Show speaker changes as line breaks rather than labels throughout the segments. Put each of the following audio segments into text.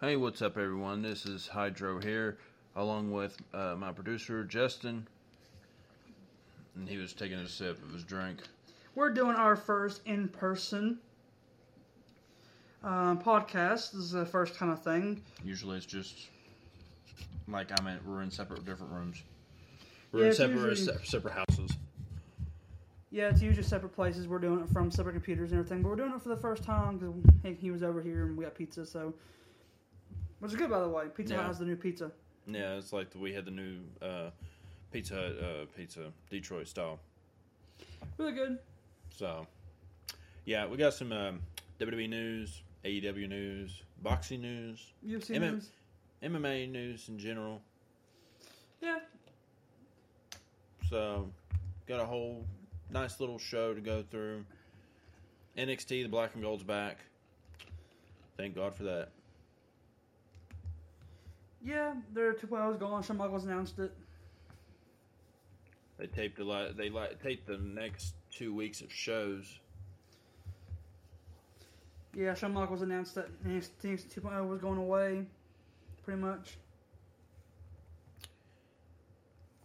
Hey, what's up, everyone? This is Hydro here, along with uh, my producer, Justin. And he was taking a sip of his drink.
We're doing our first in person uh, podcast. This is the first kind of thing.
Usually it's just like I'm in, we're in separate, different rooms. We're
Yeah,
in
it's
separate,
usually-
se- separate houses.
Yeah, it's usually separate places. We're doing it from separate computers and everything, but we're doing it for the first time because he, he was over here and we got pizza, so. Which is good, by the way. Pizza
Yeah.
Hut has the new pizza.
Yeah, it's like we had the new uh, Pizza Hut, uh, pizza, Detroit style.
Really good.
So, yeah, we got some um, WWE news, AEW news, boxing news,
UFC
MM
news.
MMA news in general.
Yeah.
So, got a whole nice little show to go through. NXT, the black and gold's back. Thank God for that.
Yeah, there are two hours gone. Shawn Michaels announced it.
They taped a lot. They li- taped the next two weeks of shows.
Yeah, Shawn Michaels announced that NXT 2.0 was going away, pretty much.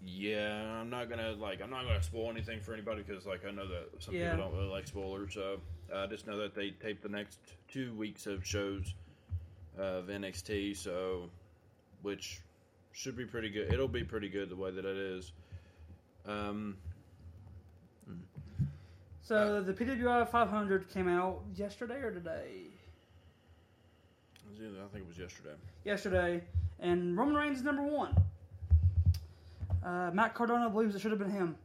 Yeah, I'm not gonna like. I'm not gonna spoil anything for anybody because like I know that some
Yeah.
people don't really like spoilers. So I just know that they taped the next two weeks of shows of NXT. So, which should be pretty good. It'll be pretty good the way that it is. Um,
So the PWI 500 came out yesterday or today?
It was either- I think it was yesterday.
Yesterday, and Roman Reigns is number one. Uh, Matt Cardona believes it should have been him.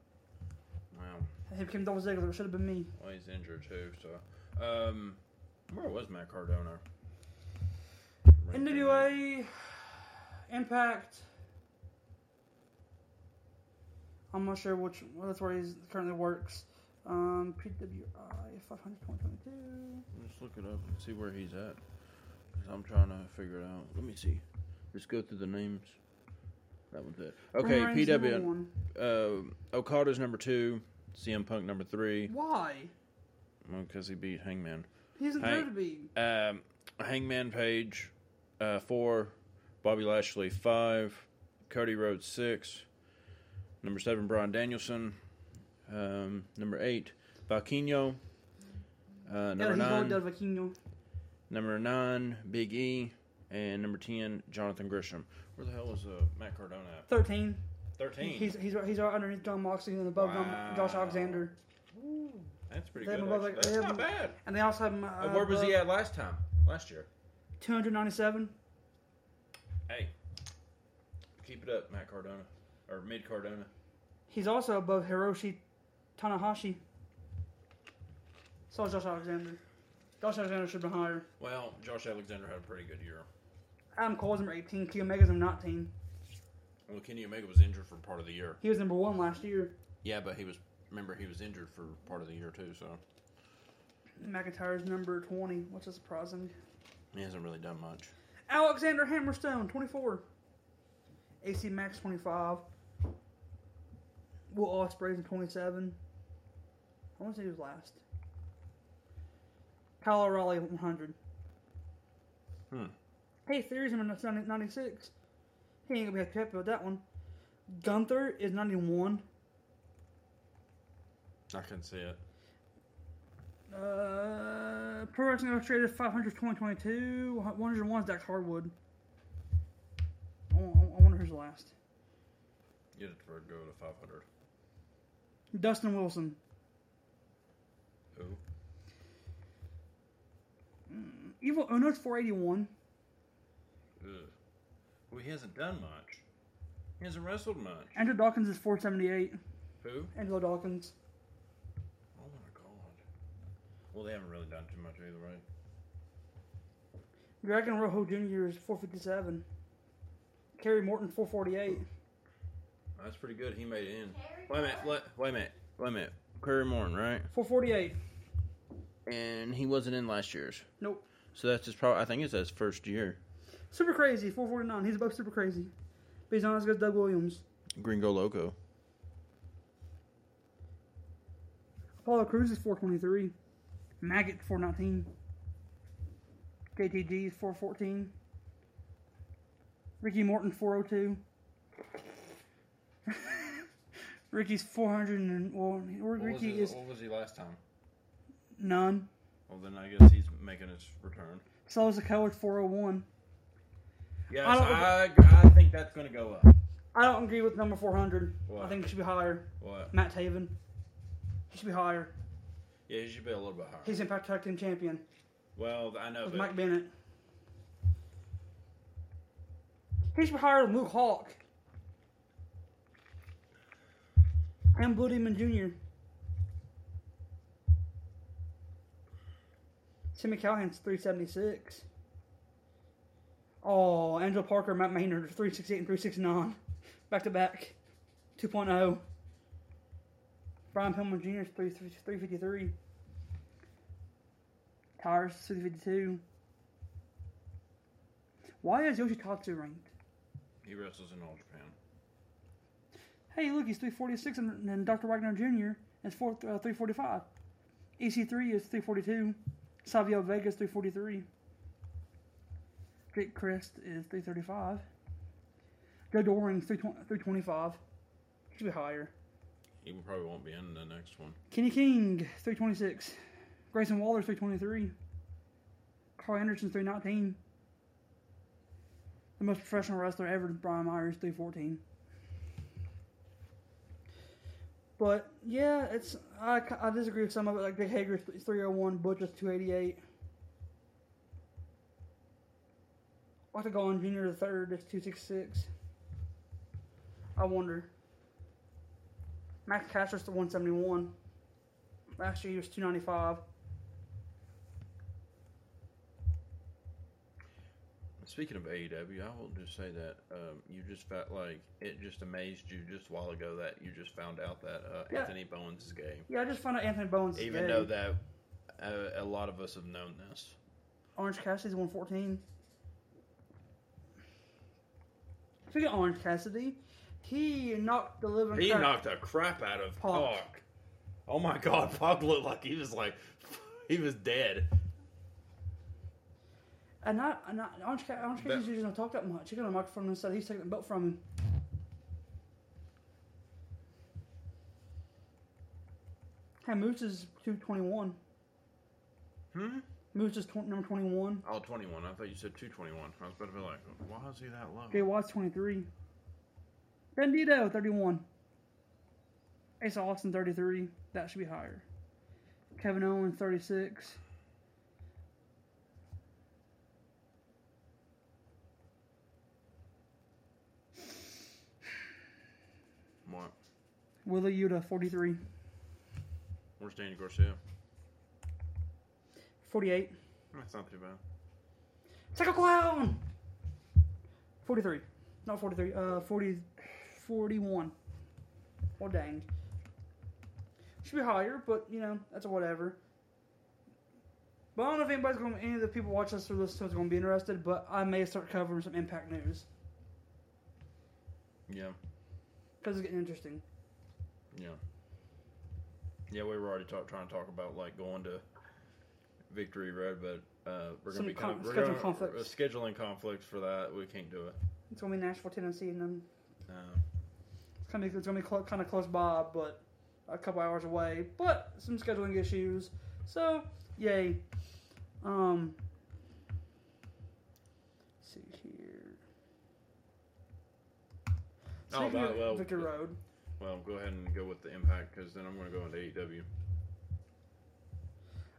Wow.
He became double Ziggler. It should have been me.
Well, he's injured too. So, um, where was Matt Cardona? Right there.
NWA, Impact. I'm not sure which. Well, that's where he currently works. Um, PWI 500 2022.
Let's look it up and see where he's at. i I'm trying to figure it out. Let me see. Just go through the names. That one's it. Okay,
Roman Reigns number
PW.
one.
Uh, Okada's number two. CM Punk number three.
Why?
Because he beat Hangman.
He isn't
Hey.
there to be.
Um, Hangman Page, uh, four. Bobby Lashley, five. Cody Rhodes, six. Number seven, Brian Danielson. Um, number eight, Valquinho. Uh,
Yeah,
number
he's
nine,
going to Vaquinho.
number nine, Big E, and number ten, Jonathan Grisham. Where the hell is uh, Matt Cardona at?
13.
Thirteen.
He's he's he's right underneath John Moxley and above
Wow.
John, Josh Alexander,
That's pretty
they
good.
have above,
actually.
like, they
That's not
have-
bad.
and they also have him. Uh,
Uh, where was he at last time? Last year.
Two hundred ninety-seven.
Hey, keep it up, Matt Cardona, or Mid Cardona.
He's also above Hiroshi Tanahashi. So is Josh Alexander. Josh Alexander should be higher.
Well, Josh Alexander had a pretty good year.
Adam Cole's number eighteen. Key Omega's number nineteen.
Well, Kenny Omega was injured for part of the year.
He was number one last year.
Yeah, but he was remember he was injured for part of the year too. So
McIntyre's number twenty, which is surprising.
he hasn't really done much.
Alexander Hammerstone twenty-four. AC Max twenty-five. Will Ospreay's in twenty-seven. I want to say he was last. Kyle O'Reilly one hundred.
Hmm.
Hey, Theory's number 90 96. He ain't gonna be happy about that one. Gunther is 91.
I can see it.
Uh, Pro Wrestling Illustrated 500 2022. 101 is Dax Hardwood. I wa- I wonder who's last.
Get it for go to five hundred.
Dustin Wilson.
Who?
Evil Uno's 481.
Ugh. Well, he hasn't done much. He hasn't wrestled much.
Andrew Dawkins is 478.
Who?
Angelo Dawkins.
Oh my god. Well, they haven't really done too much either, right?
Dragon Rojo Jr. is 457. Kerry Morton 448.
That's pretty good. He made it in. Wait a minute. Wait, wait a minute. Wait a minute. Curry Morton, right?
448.
And he wasn't in last year's.
Nope.
So that's his probably. I think it's his first year.
Super Crazy 449. He's above Super Crazy. But he's not as good as Doug Williams.
Gringo Loco.
Apollo Cruz is 423. Maggot 419. JTG is 414. Ricky Morton 402. Ricky's 400 and well,
What was,
Ricky
he,
is
what was he last time?
none.
Well, then I guess he's making his return.
Slow as a oh coward 401.
Yes,
don't-
I, I think that's going to go up.
I don't agree with number 400. I
Why?
think it should be higher.
What?
Matt Taven. He should be higher.
Yeah, he should be a little bit higher.
He's Impact Tag Team Champion
well, I know,
with
but
Mike Bennett. He should be higher than Luke Hawk. And Blue Demon Jr. Timmy Callahan's 376. Oh, Angel Parker, Matt Maynard, 368 and 369. Back to back. 2.0. Brian Pillman Jr. is 3- 353. Tires 352. Why is Yoshitatsu ranked?
he wrestles in All Japan.
Hey, look, he's 346, and, and Dr. Wagner Jr. is 4, uh, 345. EC3 is 342. Savio Vega is 343. Jake Crest is 335. Joe Doring 325. He should be higher.
He probably won't be in the next one.
Kenny King 326. Grayson Waller 323. Carl Anderson 319. The most professional wrestler ever, Brian Myers 314. But yeah, it's I, ca- I disagree with some of it. Like Dick Hager's 301, Butcher's 288. Octagon Junior the third is 266. I wonder. Max Castro's the 171. Last year he was 295.
Speaking of AEW, I will just say that um, you just felt like it just amazed you just a while ago that you just found out that uh,
Yeah.
Anthony Bowens is gay,
Yeah, I just found out Anthony Bowens. is
even
gay.
though that uh, a lot of us have known this.
Orange Cassidy's 114. Speaking of Orange Cassidy, he knocked the living
He
crap-
knocked the crap out of
Pac.
Pac. Oh my God, Pac looked like he was like he was dead.
And not, and not Orange, Ca- Orange
That-
Cassidy usually don't talk that much. He got a microphone and said he's taking the belt from him. Hey, Moose is 221.
Hmm.
Moose is tw- number 21.
Oh, 21. I thought you said 221. I was about to be like, why is he that low?
Jay Watts, 23. Bandito, 31. Ace Austin, 33. That should be higher. Kevin Owens, 36.
What?
Willie Yuta, 43.
Where's Danny Garcia?
48.
That's not too bad.
Psycho Clown! 43. Not 43. Uh, 40, 41. Well, dang. Should be higher, but, you know, that's a whatever. But I don't know if anybody's going to, any of the people watching this or listening to this is going to be interested, but I may start covering some Impact news.
Yeah.
Because it's getting interesting.
Yeah. Yeah, we were already talk, trying to talk about like going to Victory Road, but uh, we're
Some
gonna be
con-
kind of, we're
scheduling
gonna,
conflicts.
uh, scheduling conflicts for that. We can't do it. Uh,
It's gonna be Nashville, Tennessee, and then
No.
it's gonna be it's gonna be cl- kind of close by, but a couple hours away. But some scheduling issues. So yay. Um. let's see here.
Oh,
Speaking
by-
of
well,
Victor
uh,
Road.
Well, go ahead and go with the Impact because then I'm gonna go into E AEW.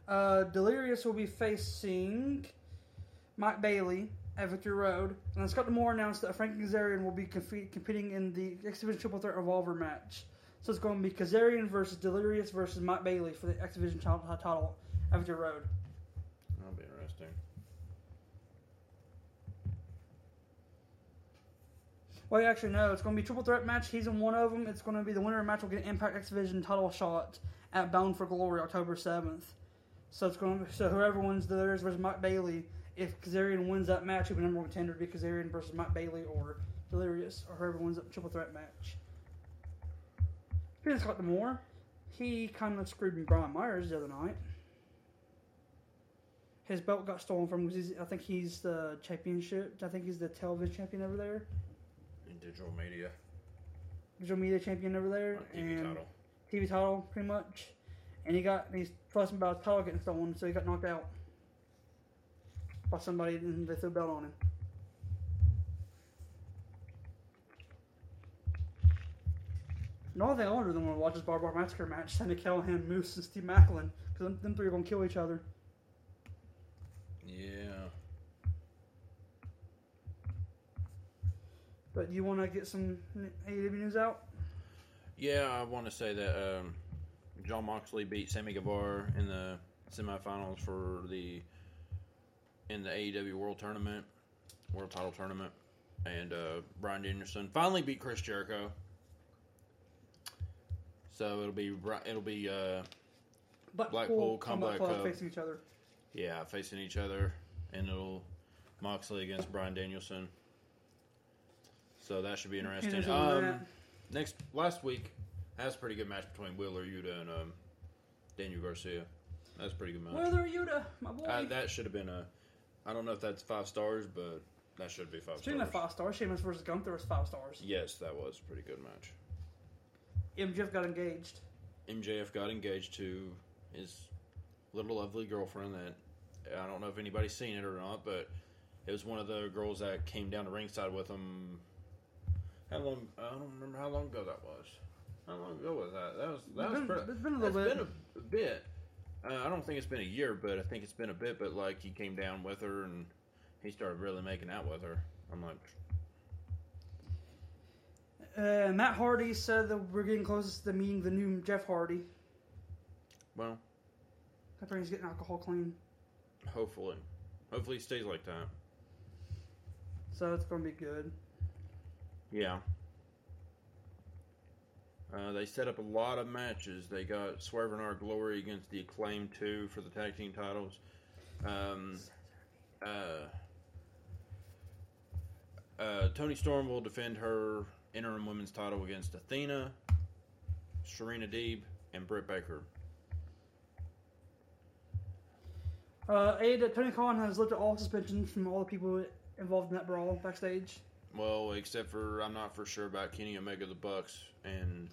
Uh, Delirious will be facing Mike Bailey at Victor Road, and then Scott Moore announced that Frank Kazarian will be confe- competing in the X Division Triple Threat Revolver match. So it's going to be Kazarian versus Delirious versus Mike Bailey for the X Division ti- ti- title at Victor Road.
That'll be interesting.
Well, actually, no, it's going to be Triple Threat match. He's in one of them. It's going to be the winner of the match will get an Impact X Division title shot at Bound for Glory October 7th. So it's going to, so whoever wins Delirious versus Mike Bailey, if Kazarian wins that match, he'll be number one contender. It'll Be Kazarian versus Mike Bailey or Delirious or whoever wins that triple threat match. Here's Scott Moore. He kind of screwed Brian Myers the other night. His belt got stolen from him 'cause he's I think he's the championship. I think he's the television champion over there,
in digital media,
digital media champion over there,
on TV
and
title.
TV title pretty much. And he got and he's fussing about his title getting stolen, so he got knocked out by somebody, and they threw a belt on him. The only thing I wanted them to watch is Bar Bar Massacre match, Sammy Callahan, Moose, and Steve Macklin, because them, them three are going to kill each other.
Yeah.
But you want to get some AEW news out?
Yeah, I want to say that um, John Moxley beat Sammy Guevara in the semifinals for the in the AEW World Tournament, World Title Tournament, and uh, Brian Danielson finally beat Chris Jericho. So it'll be Bri- it'll be uh, Blackpool Combat Club.
facing each other.
yeah facing each other, and it'll Moxley against Brian Danielson. So that should be interesting.
Henderson won
Um,
that.
next last week that was a pretty good match between Wheeler Yuta and um, Daniel Garcia. That was a pretty good match.
Wheeler Yuta, my boy.
Um, Uh, that should have been a. I don't know if that's five stars, but that should be five
Speaking
stars.
of five stars, Sheamus versus Gunther is five stars.
Yes, that was a pretty good match.
MJF got engaged.
MJF got engaged to his little lovely girlfriend. That I don't know if anybody's seen it or not, but it was one of the girls that came down to ringside with him. How long? I don't remember how long ago that was. How long ago was that? That was that was
It's been-
pretty,
it's been a little
it's
bit.
been a bit. Uh, I don't think it's been a year, but I think it's been a bit. But like he came down with her and he started really making out with her. I'm like,
Uh, Matt Hardy said that we're getting close to meeting the new Jeff Hardy.
well,
Apparently he's getting alcohol clean,
hopefully, hopefully he stays like that.
so it's going to be good.
Yeah. Uh, they set up a lot of matches. They got Swerve and Our Glory against the Acclaim 2 for the tag team titles. Um, uh, uh, Tony Storm will defend her interim women's title against Athena, Serena Deeb, and Britt Baker.
Uh, Ada, Tony Khan has lifted all suspensions from all the people involved in that brawl backstage.
Well, except for I'm not for sure about Kenny Omega the Bucks and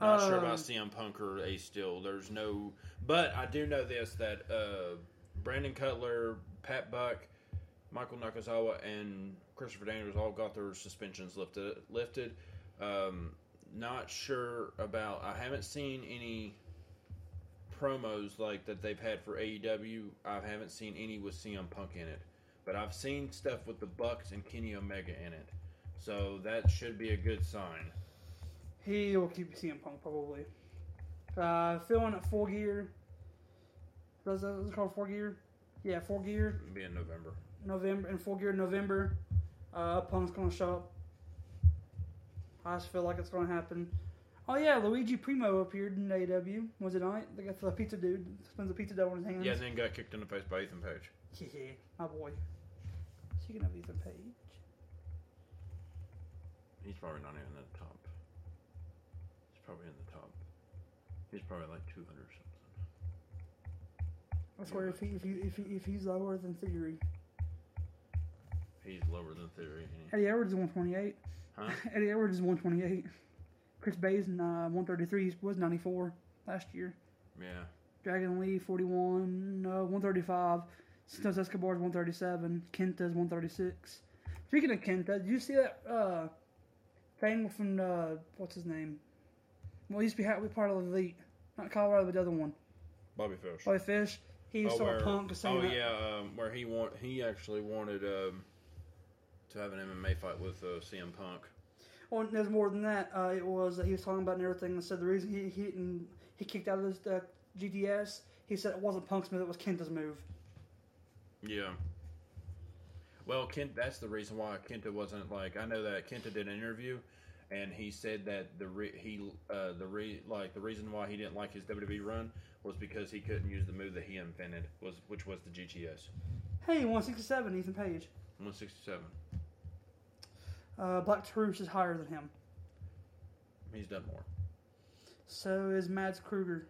not sure
Um,
about CM Punk or Ace Steel. There's no, but I do know this that uh, Brandon Cutler, Pat Buck, Michael Nakazawa, and Christopher Daniels all got their suspensions lifted. Lifted. Um, not sure about. I haven't seen any promos like that they've had for AEW. I haven't seen any with CM Punk in it, but I've seen stuff with the Bucks and Kenny Omega in it. So that should be a good sign.
He will keep CM Punk probably. Uh, filling at Full Gear. Was that was it called Full Gear? Yeah, Full Gear
It'll be in November.
November and Full Gear November. Uh, Punk's gonna show up. I just feel like it's gonna happen. Oh yeah, Luigi Primo appeared in AEW. Was it night? They got the pizza dude spins the pizza dough in his hands.
Yeah, then got kicked in the face by Ethan Page.
Yeah, my boy. Speaking of Ethan Page,
He's probably not even in the top. He's probably in the top. He's probably like 200 or something.
I swear if he if he, if, he, if he's lower than Theory,
He's lower than Theory. ain't he?
Eddie Edwards is 128.
Huh?
Eddie Edwards is 128. Chris Bay's uh, 133 was 94 last year.
Yeah.
Dragon Lee 41, uh, 135. Santos Escobar is 137. Kenta's 136. Speaking of Kenta, did you see that uh, thing from uh, what's his name? Well, he used to be ha- part of the elite, not Colorado, but the other one.
Bobby Fish.
Bobby Fish. Oh, He saw
where,
Punk saying
oh
that-
yeah, um, where he want he actually wanted um, to have an MMA fight with uh, CM Punk.
Well, there's more than that. Uh, it was that he was talking about and everything, and said the reason he he didn't, he kicked out of this uh, GDS, he said it wasn't Punk's move, it was Kenta's move.
Yeah. Well, Kent, that's the reason why Kenta wasn't like. I know that Kenta did an interview, and he said that the re, he uh, the re, like the reason why he didn't like his WWE run was because he couldn't use the move that he invented was which was the GTS
Hey, 167, Ethan Page.
167.
Uh, Black Taurus is higher than him.
He's done more.
So is Mads Kruger.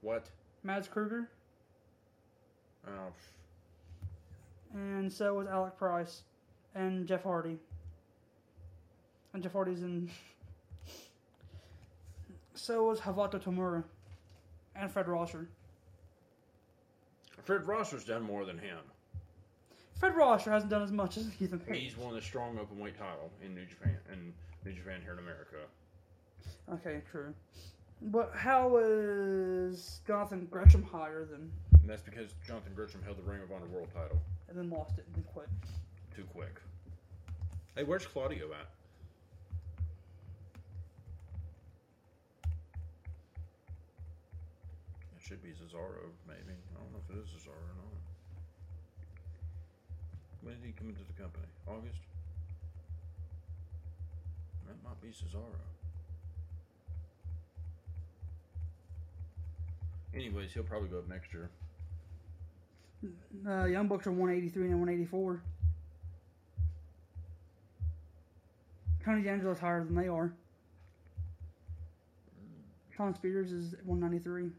What?
Mads Kruger,
Oh,
and so was Alec Price and Jeff Hardy. And Jeff Hardy's in. so was Havato Tamura and Fred Rosser.
Fred Rosser's done more than him.
Fred Rosser hasn't done as much as Ethan Page.
He's won the strong open weight title in New Japan and New Japan here in America.
Okay, true. But how was Jonathan Gresham higher than
And that's because Jonathan Gresham held the Ring of Honor World title
and then lost it and then quit?
too quick. Hey, where's Claudio at? It should be Cesaro, maybe. I don't know if it is Cesaro or not. When did he come into the company? August? That might be Cesaro. Anyways, he'll probably go up next year.
Uh, Young Bucks are 183 and 184. Tony D'Angelo's higher than they are. Tom Spears is 193.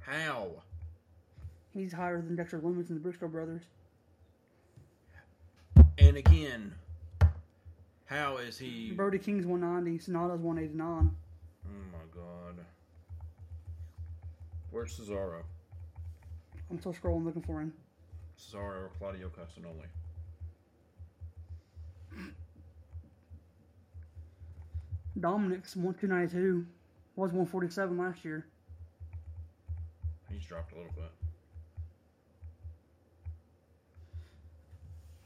How?
He's higher than Dexter Lumis and the Briscoe brothers.
And again, how is he?
Brody King's 190. Sonata's 189.
Oh my god. Where's Cesaro?
I'm still scrolling looking for him.
Cesaro or Claudio Castagnoli?
Dominic's 1292. Was 147 last year.
He's dropped a little bit.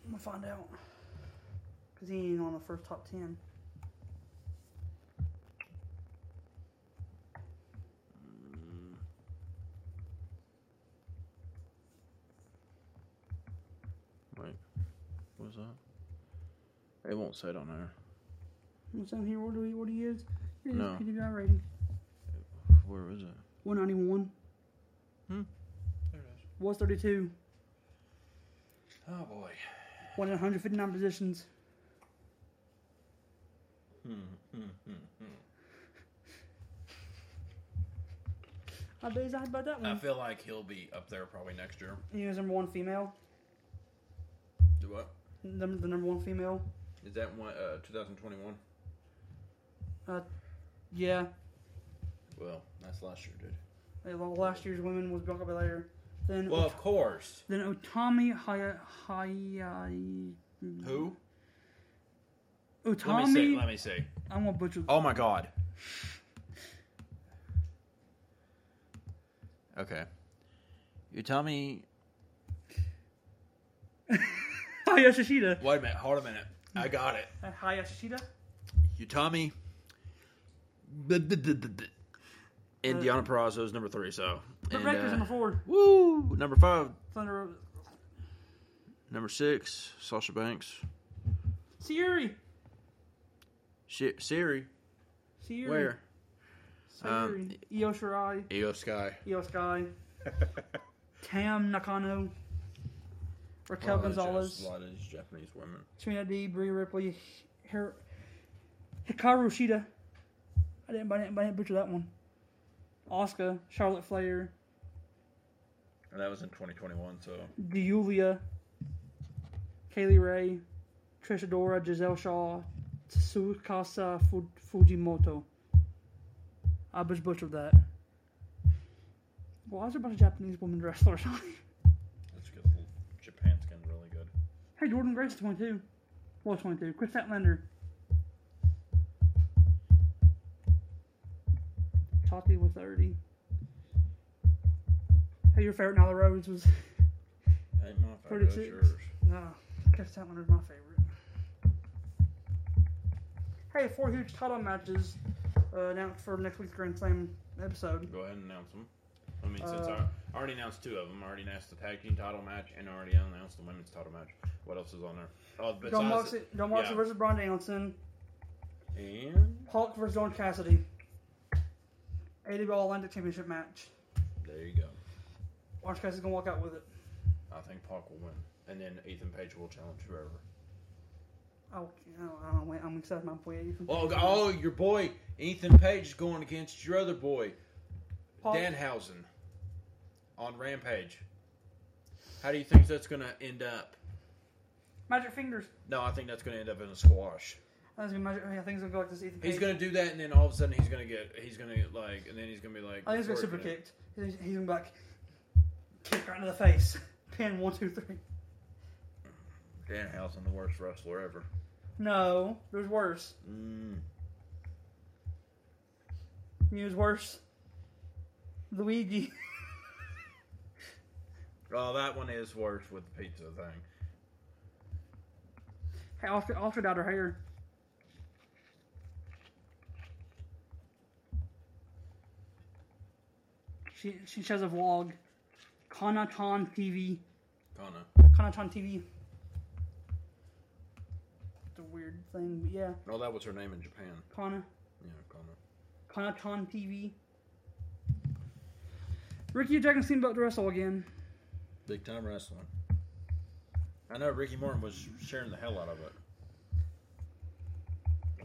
I'm gonna find out. Because he ain't on the first top 10.
Mm-hmm. Wait, what's that? It won't say it on there.
What's down here? What do we, what he is? Here's
No.
his PWI rating.
Where is it?
191.
There it is.
Was 32.
Oh boy.
Won in 159 positions.
Hmm, hmm, hmm, hmm.
I bet he's not about that
I
one.
feel like he'll be up there probably next year.
He was number one female.
Do what?
Number, the number one female.
Is that one? Uh, 2021.
Yeah.
Well, that's last year, dude.
Hey, well, Last year's women was Bianca Belair. Then
Well, of course.
then Utami Haya, Haya,
Who? Let me see.
Utami.
Let me see.
I'm gonna butcher.
Oh my god. Okay. You tell me.
Haya Shishida.
Wait a minute. Hold a minute. I got it.
Uh, Haya Shishida.
You tell me.
Uh,
Indiana Perazzo is number three, so.
Britt
And,
Baker's
uh,
number four.
Woo! Number five.
Thunder. Rose.
Number six, Sasha Banks.
Siri.
Shi Siri.
Siri.
Where?
Siri.
Um,
Io Shirai.
Io Sky.
Io Sky. Tam Nakano. Raquel Gonzalez.
A lot of these Japanese women.
Trina D, Bree Ripley, Her- Hikaru Shida. I didn't, I didn't, I didn't butcher that one. Oscar, Charlotte Flair,
And that was in 2021, so.
Giulia, Kaylee Ray, Trisha Dora, Giselle Shaw, Tsukasa Fu- Fujimoto. I just butchered that. Why is there a bunch of Japanese women wrestlers on here?
That's because Japan's getting really good.
Hey, Jordan Grace is 22. Well, 22. Chris Statlander. Tati was 30. Hey, your favorite Nyla Rhodes was.
Ain't my favorite. that's
36.
yours.
No, Chris Statlander's my favorite. Hey, four huge title matches uh, announced for next week's Grand Slam episode.
Go ahead and announce them. I mean, since I,
Uh,
I already announced two of them, I already announced the tag team title match and I already announced the women's title match. What else is on there? Oh, besides
John Moxley, John Moxley
yeah.
versus Brian Danielson.
and
Hulk versus Don Cassidy. 80 Ball Atlantic Championship match.
there you go.
Orange Cassidy's gonna walk out with it.
I think Pac will win, and then Ethan Page will challenge whoever.
Oh, I don't know. I'm excited. My boy.
Oh, g- oh, your boy Ethan Page is going against your other boy
Paul?
Danhausen on Rampage. How do you think that's going to end up?
Magic fingers.
No, I think that's going to end up in a squash.
I think it's gonna, be magic, I think it's gonna go like this. Ethan
He's
Page.
going to do that, and then all of a sudden he's going to get he's going to get like, and then he's going to be like,
I think he's gonna super
twerking it.
kicked. He's, he's gonna be like, kick right in the face. Pin one, two, three.
Danhausen, the worst wrestler ever.
No, it was worse.
Mm.
It was worse. Luigi.
Oh, that one is worse with the pizza thing.
Hey, Ultra, Ultra dyed her hair. She she shows a vlog. Conaton TV.
Kinda.
Conaton TV. It's a weird thing, but yeah.
Oh, that was her name in Japan.
Kana.
Yeah, kinda.
Conaton TV. Ricky and Jack seem about to wrestle again.
Big time wrestling. I know Ricky Morton was sharing the hell out of it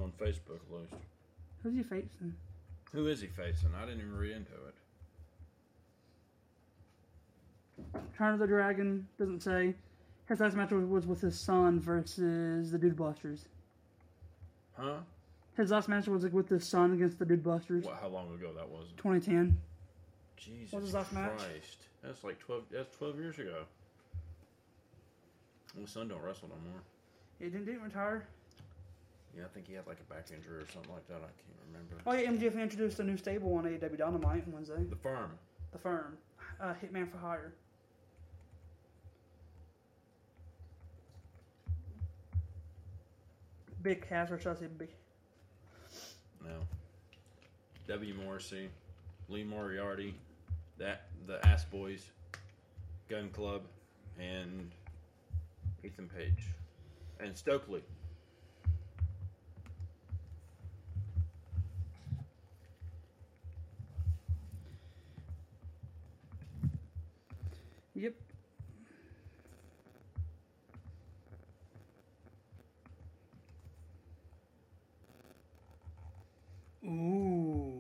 on Facebook, at least.
Who's he facing?
Who is he facing? I didn't even read into it.
Turn of the Dragon doesn't say. His last match was- was with his son versus the Dude Busters.
Huh?
His last match was like with his son against the Dude Busters.
What, how long ago that was?
2010.
Jesus
What was that match?
Christ. That's like 12 That's 12 years ago. My son don't wrestle no more.
He didn't, didn't retire.
Yeah, I think he had like a back injury or something like that. I can't remember.
Oh yeah, MJF introduced a new stable on AEW Dynamite on Wednesday.
The Farm.
The firm, uh, Hitman for Hire. Big Cass, or should I say Big?
No. W. Morrissey, Lee Moriarty, that the Ass Boys, Gun Club, and Ethan Page, and Stokely.
Yep. Ooh.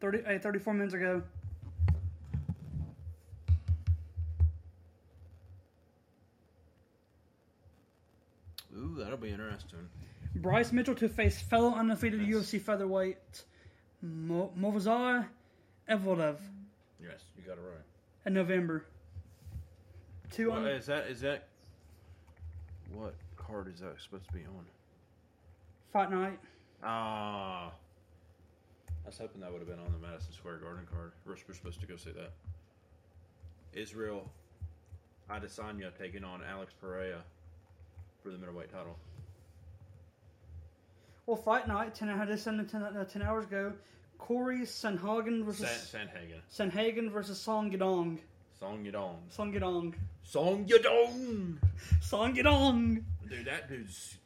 30, hey, 34 minutes ago.
Ooh, that'll be interesting.
Bryce Mitchell to face fellow undefeated
Yes.
UFC featherweight Mo- Movazar Evloev
Yes, you got it right.
in November. Two
What-
on
is that is that what card is that supposed to be on?
fight night.
Ah. I was hoping that would have been on the Madison Square Garden card. We're we're supposed to go see that. Israel Adesanya taking on Alex Pereira for the middleweight title.
Well, fight night. Ten, I just sent it ten, uh, 10 hours ago. Corey Sanhagen
San,
versus
Sanhagen.
Sanhagen versus Song Yadong.
Song Yadong.
Song Yadong.
Song Yadong!
Song Yadong.
Dude, that dude's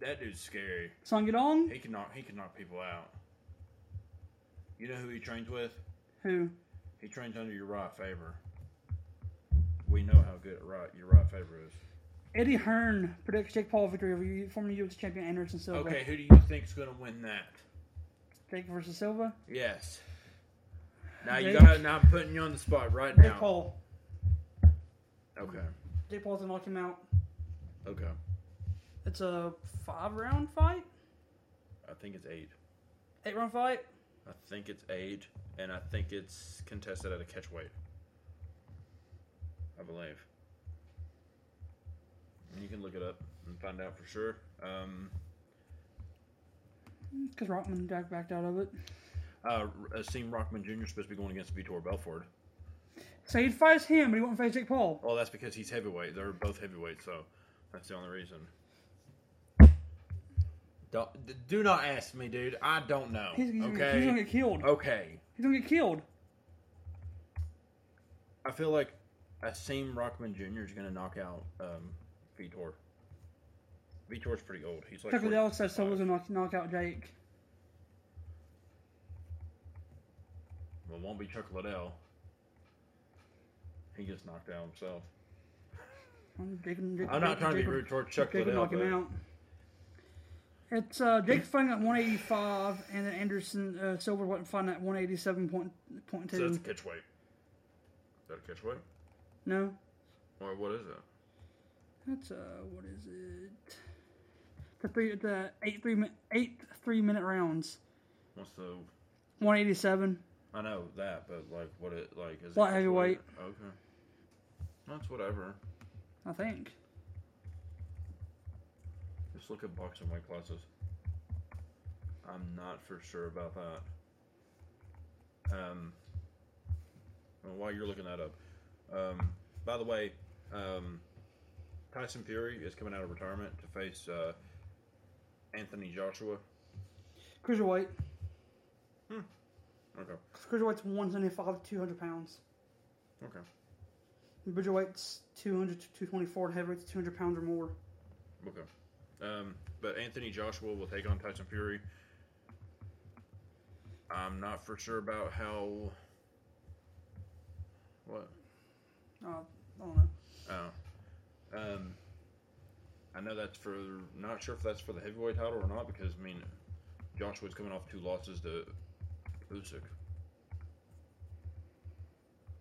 that dude's scary.
Song Yadong.
He can knock he can knock people out. You know who he trains with?
Who?
He trains under Uriah Faber. We know how good Uriah, Uriah Faber is.
Eddie Hearn predicts Jake Paul victory over U- former UFC champion Anderson Silva.
Okay, who do you think's going to win that?
Jake versus Silva.
Yes. Now you
Jake-
got. Now I'm putting you on the spot right
Jake
now.
Paul.
Okay.
Jake Paul's gonna knock him out.
Okay.
It's a five round fight.
I think it's eight.
Eight round fight.
I think it's eight, and I think it's contested at a catch weight. I believe. And you can look it up and find out for sure. Um,
Because Rockman Jack backed out of it.
uh, Asim Rockman Jr. is supposed to be going against Vitor Belford.
So he'd face him, but he won't face Jake Paul.
Oh, that's because he's heavyweight. They're both heavyweight, so that's the only reason. Don't, d- do not ask me, dude. I don't know.
He's, he's, gonna,
okay.
he's gonna get killed.
okay.
He's gonna get killed.
I feel like Asim Rockman Jr. is going to knock out um, Vitor. Vitor's pretty old. He's like.
Tucker Dell
45.
said Silva's gonna knock, knock out Jake.
Well, it won't be Chuck Liddell. He gets knocked out himself.
I'm, Jake, Jake,
I'm not
Jake-
trying to be
Jake-
rude towards Chuck
Jake would
Liddell.
knock him
but
out. It's uh, Jake Fung at 185, and then Anderson uh, Silver wasn't fun at 187.2.
So that's a catch weight. Is that a catch weight?
no,
Or what is it?
that's uh, what is it? The three, the eight three min- eight three minute rounds.
What's the?
187.
I know that, but like, what it like is? it
Light
catch
heavyweight.
weight? Okay. That's whatever.
I think.
Just look at boxing weight classes. I'm not for sure about that. Um, well, while you're looking that up, um, by the way, um, Tyson Fury is coming out of retirement to face uh, Anthony Joshua.
Cruiserweight.
Okay,
Cruiserweight's 175 to 200 pounds.
okay,
Bridgerweight's 200 to 224, and heavyweight's 200 pounds or more.
okay. Um, but Anthony Joshua will take on Tyson Fury. I'm not for sure about how. What?
Uh, I don't know.
Oh. Um, I know that's for. Not sure if that's for the heavyweight title or not because, I mean, Joshua's coming off two losses to Usyk.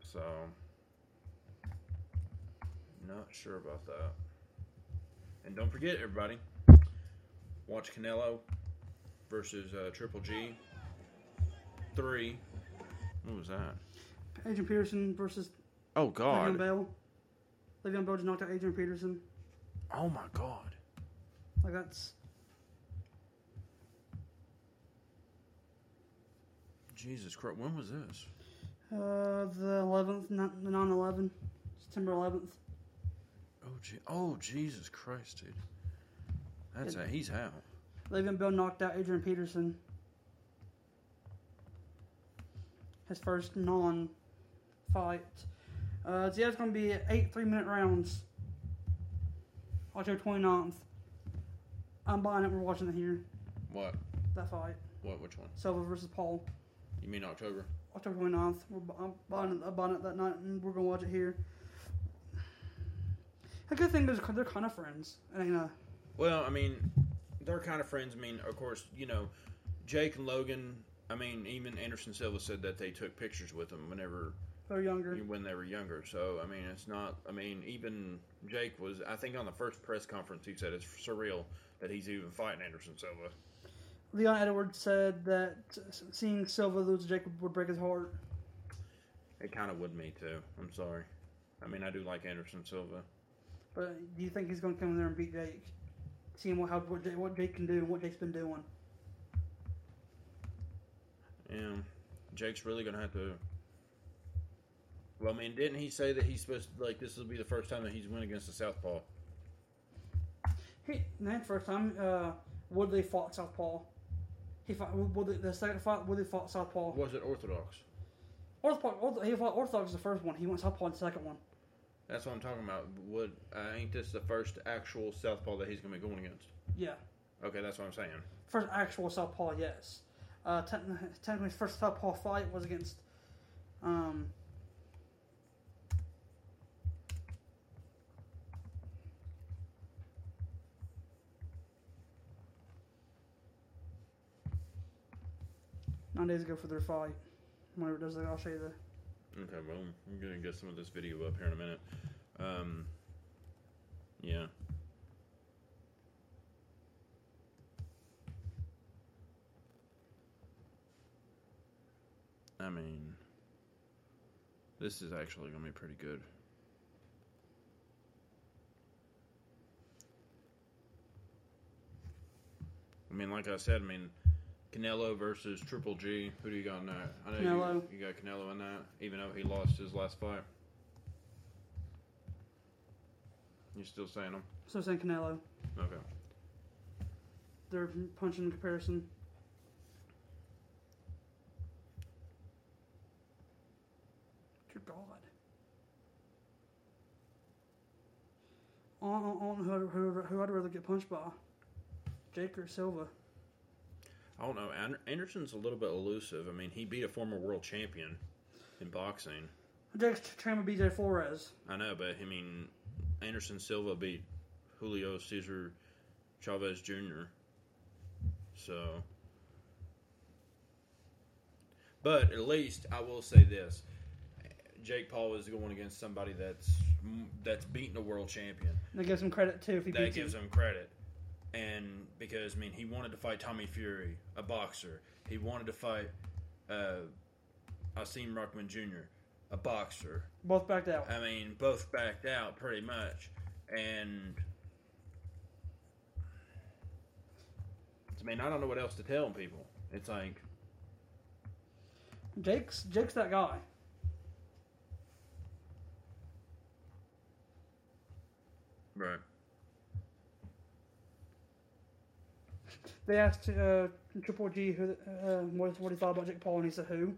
So. Not sure about that. And don't forget, everybody, watch Canelo versus uh, Triple G. Three. What was that?
Adrian Peterson versus
Oh,
Le'Veon
God.
Bell. Le'Veon Bell just knocked out Adrian Peterson.
Oh, my God.
Like that's
Jesus Christ. When was this?
uh, the 11th, not- the 9/11, September 11th.
Oh, Je- oh Jesus Christ, dude. That's a, he's out.
Le'Veon Bell knocked out Adrian Peterson. His first non-fight. Uh, so yeah, it's going to be eight three-minute rounds. October 29th. I'm buying it. We're watching it here.
What?
That fight,
What? Which one?
Silva versus Paul.
You mean October?
October 29th. We're, bu- I'm buying it, I'm buying it that night, and we're gonna watch it here. The good thing is they're kind of friends. It ain't a
Well, I mean, they're kind of friends. I mean, of course, you know, Jake and Logan. I mean, even Anderson Silva said that they took pictures with them whenever
they're younger.
when they were younger. So I mean, it's not. I mean, even Jake was. I think on the first press conference he said it's surreal that he's even fighting Anderson Silva.
Leon Edwards said that seeing Silva lose to Jake would break his heart.
It kind of would me too. I'm sorry. I mean, I do like Anderson Silva.
But do you think he's gonna come in there and beat Jake? Seeing what how what Jake, what Jake can do and what Jake's been doing.
Yeah, Jake's really gonna have to. Well, I mean, didn't he say that he's supposed to, like this will be the first time that he's went against the southpaw?
He and that first time uh, Woodley fought Southpaw. He fought Woodley, the second fight Woodley fought Southpaw.
Or was it orthodox?
Orthodox, orthodox, he fought Orthodox the first one. He went Southpaw in the second one.
That's what I'm talking about. Would uh, ain't this the first actual southpaw that he's gonna be going against?
Yeah.
Okay, that's what I'm saying.
First actual Southpaw, yes. Uh, techn technically, his first Southpaw fight was against. Um, Nine days ago for their fight. Whenever it does that, I'll show you the.
Okay, well, I'm gonna get some of this video up here in a minute. Um, yeah. I mean, this is actually gonna be pretty good. I mean, like I said, I mean, Canelo versus Triple G. Who do you got in that? I know
Canelo.
You, you got Canelo in that, even though he lost his last fight. You still saying him?
So saying Canelo,
Okay.
they're punching in comparison. Dear God. I don't, I don't know who, who, who I'd rather get punched by, Jake or Silva.
I don't know. Ander- Anderson's a little bit elusive. I mean, he beat a former world champion in boxing.
Jake's t- trained by BJ Flores.
I know, but I mean, Anderson Silva beat Julio Cesar Chavez Jr. So, but at least I will say this: Jake Paul is going against somebody that's that's beaten a world champion.
That gives him credit too if he
That
beats
gives
him.
him credit, and because I mean he wanted to fight Tommy Fury, a boxer. He wanted to fight uh, Asim Rockman Jr., a boxer.
Both backed out.
I mean, both backed out pretty much, and I mean, I don't know what else to tell people. It's like,
Jake's Jake's that guy.
right?
They asked uh, Triple G who uh, what, what he thought about Jake Paul, and he said who.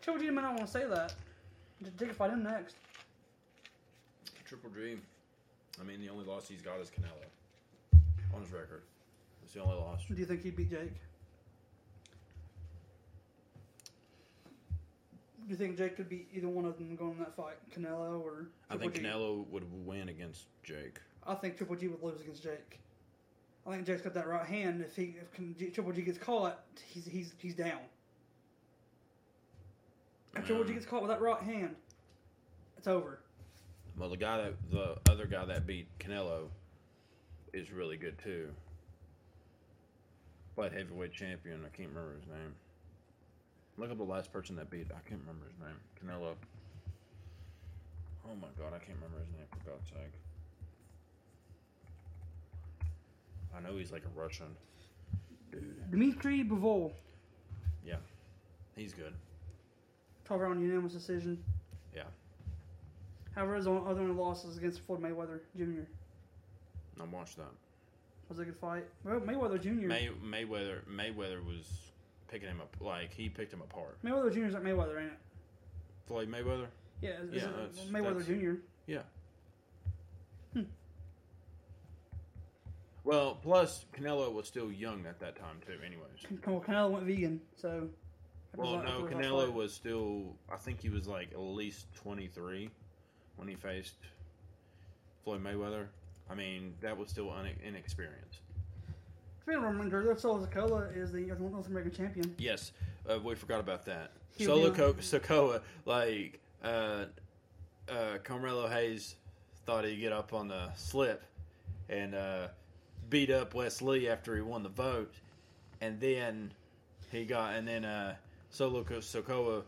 Triple G might not want to say that. J- Jake fight him next.
Triple G. I mean, the only loss he's got is Canelo on his record. It's the only loss.
Do you think he beat Jake? Do you think Jake could beat either one of them going in that fight, Canelo or?
I think
Triple G?
Canelo would win against Jake.
I think Triple G would lose against Jake. I think Jake's got that right hand. If he if Can- G- Triple G gets caught, he's he's he's down. If Triple G
Um,
gets caught with that right hand, it's over.
Well, the guy that the other guy that beat Canelo is really good too. But heavyweight champion, I can't remember his name. Look up the last person that beat. I can't remember his name. Canelo. Oh my god, I can't remember his name for God's sake. I know he's like a Russian.
Dmitry Bivol,
He's good.
12 round unanimous decision.
Yeah.
However, his own- other only loss was against Floyd Mayweather Jr.
I watched that.
Was a good fight. Well, Mayweather Jr.
May Mayweather Mayweather was picking him up like he picked him apart.
Mayweather Jr. is like Mayweather, ain't it?
Floyd Mayweather.
Yeah, is- is
Yeah,
it
that's-
Mayweather
that's-
Jr.
Well, plus Canelo was still young at that time too. Anyways,
Can- Well, Canelo went vegan, so.
well, no,
After that
Canelo
fight.
was still. I think he was like at least twenty three when he faced Floyd Mayweather. I mean, that was still un- inexperienced.
If you remember, Drew Sokola is the North American champion.
Yes, uh, we forgot about that.
He'll
Solo
be
Co- Sokoa, like uh, uh, Carmelo Hayes, thought he'd get up on the slip and uh, beat up Wesley after he won the vote, and then he got and then uh, Solo Co- Sokoa.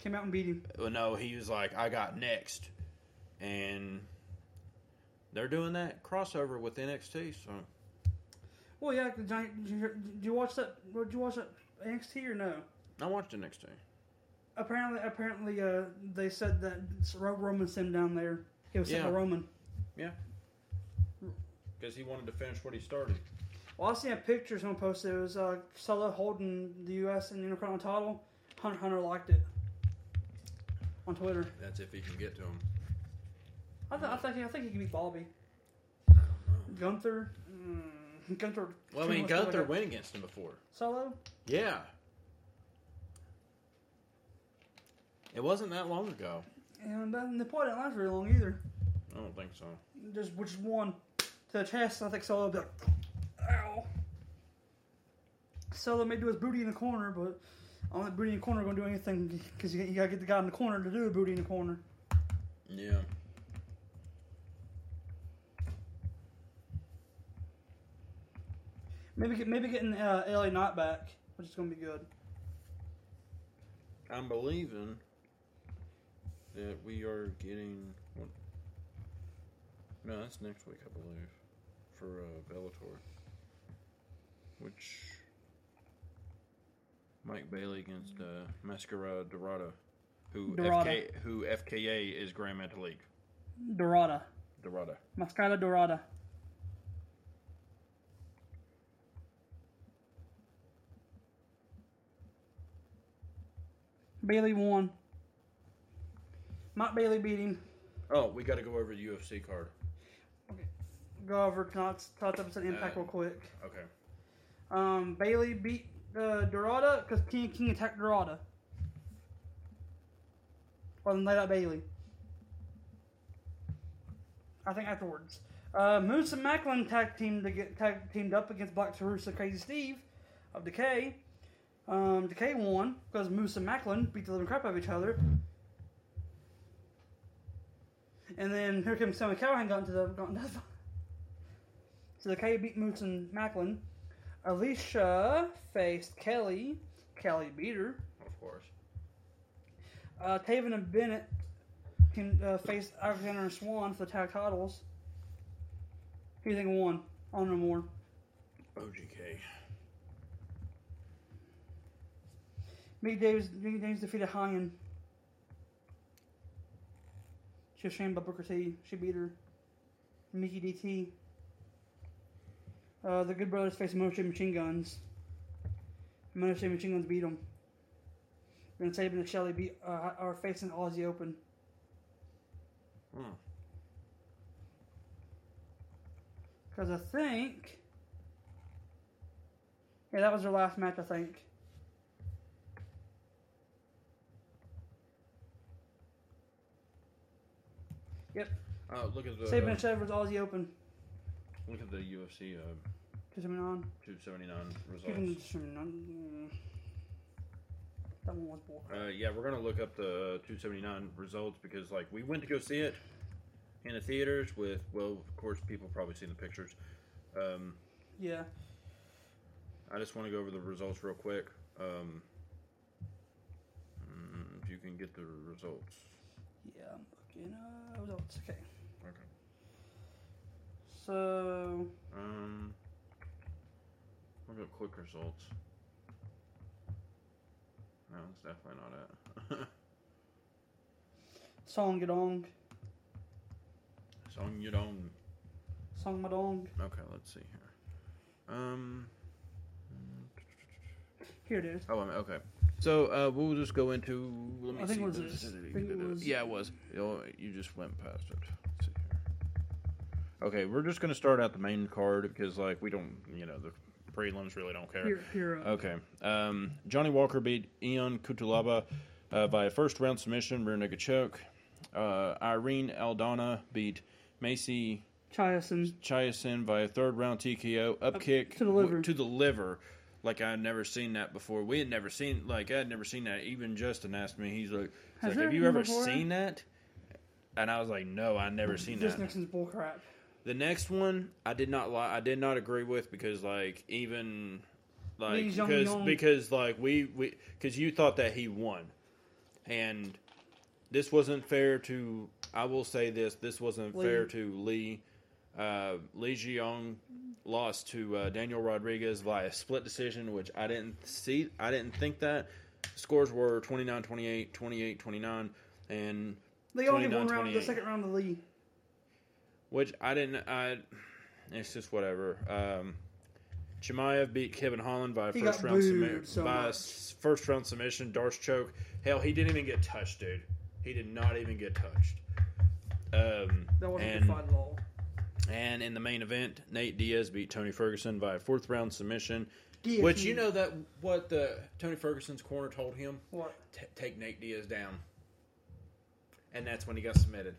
Came out and beat him.
Well, no, he was like, I got next. And they're doing that crossover with NXT, so
Well, yeah, the giant. Did you, did you watch that? well, Did you watch that NXT or no?
I watched NXT.
Apparently, apparently, uh, they said that Ro- Roman sent him down there. It was sent by
Yeah.
Roman.
Because he wanted to finish what he started.
Well, I seen a picture someone posted. It was uh, Solo holding the U.S. and the Intercontinental title. Hunter Hunter liked it on Twitter.
That's if he can get to him.
I, th- I think I think he could beat Bobby Gunther. Mm, Gunther.
Well, I mean,
Pretty much
Gunther
like a-
went against him before.
Solo.
Yeah. It wasn't that long ago.
And uh, the point didn't last very long either.
I don't think so.
just which one to the chest. I think Solo will be like, ow. Solo may do his booty in the corner, but I don't think booty in the corner gonna do anything because you, you gotta get the guy in the corner to do a booty in the corner.
Yeah.
Maybe get, maybe getting uh, LA Knight back, which is gonna be good.
I'm believing that we are getting. What, no, that's next week, I believe, for uh, Bellator, which Mike Bailey against uh, Masquerade Dorado, who
Dorado.
FK, who FKA is Grand Metal League
Dorada,
Dorado.
Mascara Dorada. Bailey won. Mike Bailey beat him.
Oh, we got to go over the UFC card.
go over Tots Tots episode Impact
Uh,
real quick.
Okay.
Um, Bailey beat uh, Dorada because King King attacked Dorada. Or then laid out Bailey. I think afterwards. Uh, Moose and Macklin tag teamed to get, tag teamed up against Black Tarusa Crazy Steve of Decay. Um, Decay won because Moose and Macklin beat the living crap out of each other. And then here comes Sammy Callahan got into the got into the So Decay beat Moose and Macklin. Alicia faced Kelly. Kelly beat her.
Of course.
Uh, Taven and Bennett can uh, face Alexander and Swan for the tag titles. Who do you think won? I don't know more.
OGK.
Mick Davis, Mick Davis defeated Hyan. She was shamed by Booker T. She beat her. Mickey DT. Uh, the Good Brothers faced Motion Machine Guns. Motion Machine Guns beat them. Then Saban and Shelly beat, uh, are facing Aussie Open.
Hmm.
Because I think. Yeah, that was their last match, I think.
Oh, look at the
Saban and Shelly versus Aussie Open.
look at the UFC uh,
Just a minute on.
279
You can
results.
just a minute on. Mm. That one was bull.
Uh, yeah, we're gonna look up the 279 results because like we went to go see it in the theaters with well, of course, people probably seen the pictures. Um,
Yeah.
I just want to go over the results real quick. Um, mm, if you can get the results.
Yeah, I'm looking. Uh, results. Okay.
Okay.
So.
Um, look at quick results. No, it's definitely not it.
Song Yadong.
Song Yudong.
Song Madong.
Okay, let's see here. Um.
Here it is.
Oh, I'm- okay. So uh, we'll just go into. Let me
I think
see.
it was
the-
this. I think it was-
Yeah, it was. You you just went past it. Let's see here. Okay, we're just gonna start out the main card because like we don't, you know, the prelims really don't care.
Here, here. Uh,
Okay. Um, Johnny Walker beat Ian Kutulaba uh, by a first round submission, rear naked choke. Uh, Irene Aldana beat Macy
Chiasen.
Chiasen by a third round TKO up, kick
to the liver.
w- to the liver. Like I had never seen that before. We had never seen like I had never seen that. Even Justin asked me, he's like, he's
Has
like,
that
"Have you
happened
ever
before?"
seen that?" And I was like, "No, I never seen
Just
that."
Nixon's bull crap.
The next one, I did not like. I did not agree with because like even like
Lee
because
Jong-yong.
because like we we because you thought that he won, and this wasn't fair to. I will say this: this wasn't
Lee.
fair to Lee. Uh, Lee Jiong lost to uh, Daniel Rodriguez via split decision, which I didn't see. I didn't think that. Scores were 29 28, 28 29, and
They only had one
29,
round, the
28.
second round of the league.
which I didn't. I it's just whatever. Um, Chimaev beat Kevin Holland by a
He
first
got
round
booed
submission.
so
by a
much.
s- first round submission, Darce choke. Hell, he didn't even get touched, dude. He did not even get touched. Um,
That wasn't a
and,
good fight at all.
and in the main event, Nate Diaz beat Tony Ferguson by a fourth round submission.
DFT.
Which you know that what the Tony Ferguson's corner told him
What?
t- take Nate Diaz down, and that's when he got submitted.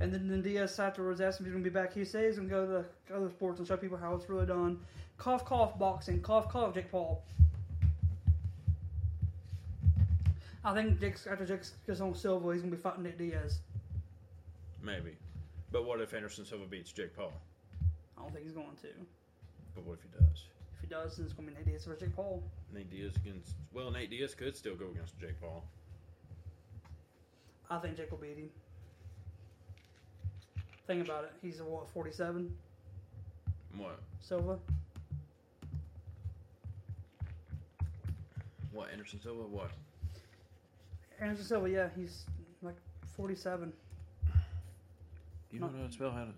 And then, then DS afterwards asked if he's going to be back. He says he's going to go to other sports and show people how it's really done. Cough, cough, boxing. Cough, cough, Jake Paul. I think Jake's, after Jake gets on Silva, he's going to be fighting Nick Diaz.
Maybe, but what if Anderson Silva beats Jake Paul?
I don't think he's going to.
But what if he does?
If he does, then it's going to be Nick Diaz versus Jake Paul.
Nate Diaz against well, Nate Diaz could still go against Jake Paul.
I think Jake will beat him. Think about it. He's what, 47?
What?
Silva?
What? Anderson Silva? What?
Anderson Silva, yeah, he's like 47.
Do you know how to spell how to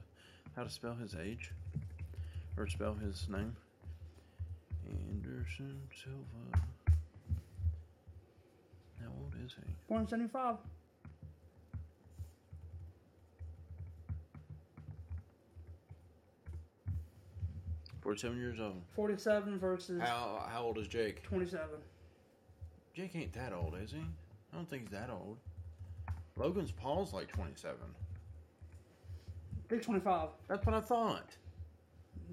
how to spell his age or spell his name? Anderson Silva. How old is he?
175.
Forty-seven years old.
47 versus
How how old is Jake?
27.
Jake ain't that old, is he? I don't think he's that old. Logan's Paul's like 27.
Big 25.
That's what I thought.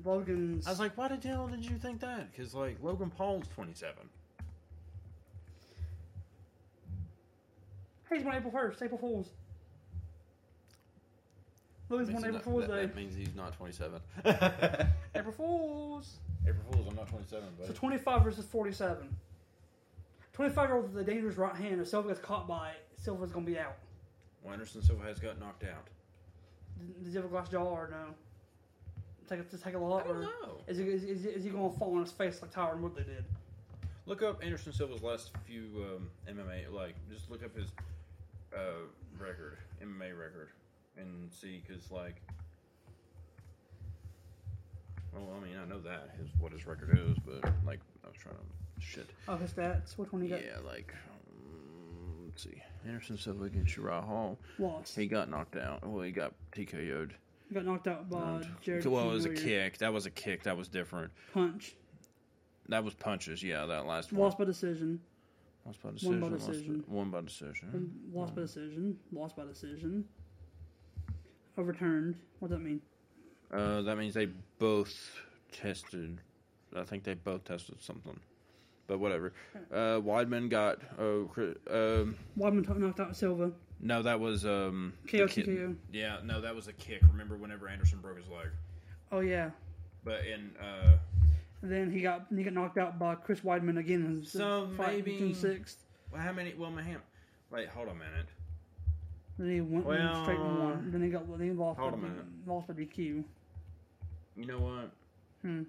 Logan's.
I was like, why the hell did you think that? Because, like, Logan Paul's 27.
hey, he's born April 1st. April Fool's. Logan's
Means
born
he's
April
not-
Fool's
that,
Day.
that means he's not 27.
April Fool's.
April Fool's, I'm not 27,
So
but.
25 versus 47. 25 year old with a dangerous right hand. If Silva gets caught by it, Silva's going to be out.
Anderson Silva has got knocked out.
Does he have a glass jaw or no? Take a, just take a lot?
I don't
or
know.
Is he, is, is, is he going to fall on his face like Tyron Woodley did?
Look up Anderson Silva's last few um, MMA, like, just look up his uh, record, MMA record, and see, because, like, well, I mean, I know that is what his record is, but, like, I was trying to. Shit.
Oh, his stats. Which one he got?
Yeah, like, um, let's see. Anderson Silva against Uriah Hall.
Lost.
He got knocked out. Well, he got TKO'd.
He got knocked out by Jared.
well, it was a
Familiar.
kick. That was a kick. That was different.
Punch.
That was punches. Yeah, that last one.
Lost by decision.
Lost by
by
decision. lost
decision.
by- won by decision.
Lost by
Mm.
decision. Lost by decision. Overturned. What does that mean? Mm-hmm.
Uh, that means they both tested. I think they both tested something. But whatever. Uh, Weidman got. Oh, Chri- um,
Weidman t- knocked out Silva.
no, that was um. the
KO,
kick-
TKO.
Yeah, no, that was a kick. Remember whenever Anderson broke his leg?
Oh yeah.
But in uh,
And then he got he got knocked out by Chris Weidman again. In his
So
fight
maybe-
June sixth.
well, how many? Well, my hand. Wait, hold on a minute.
Then he went
Well,
straight and won. Then he got then he lost.
hold
by,
a minute.
Lost by DQ.
You know what?
Hmm.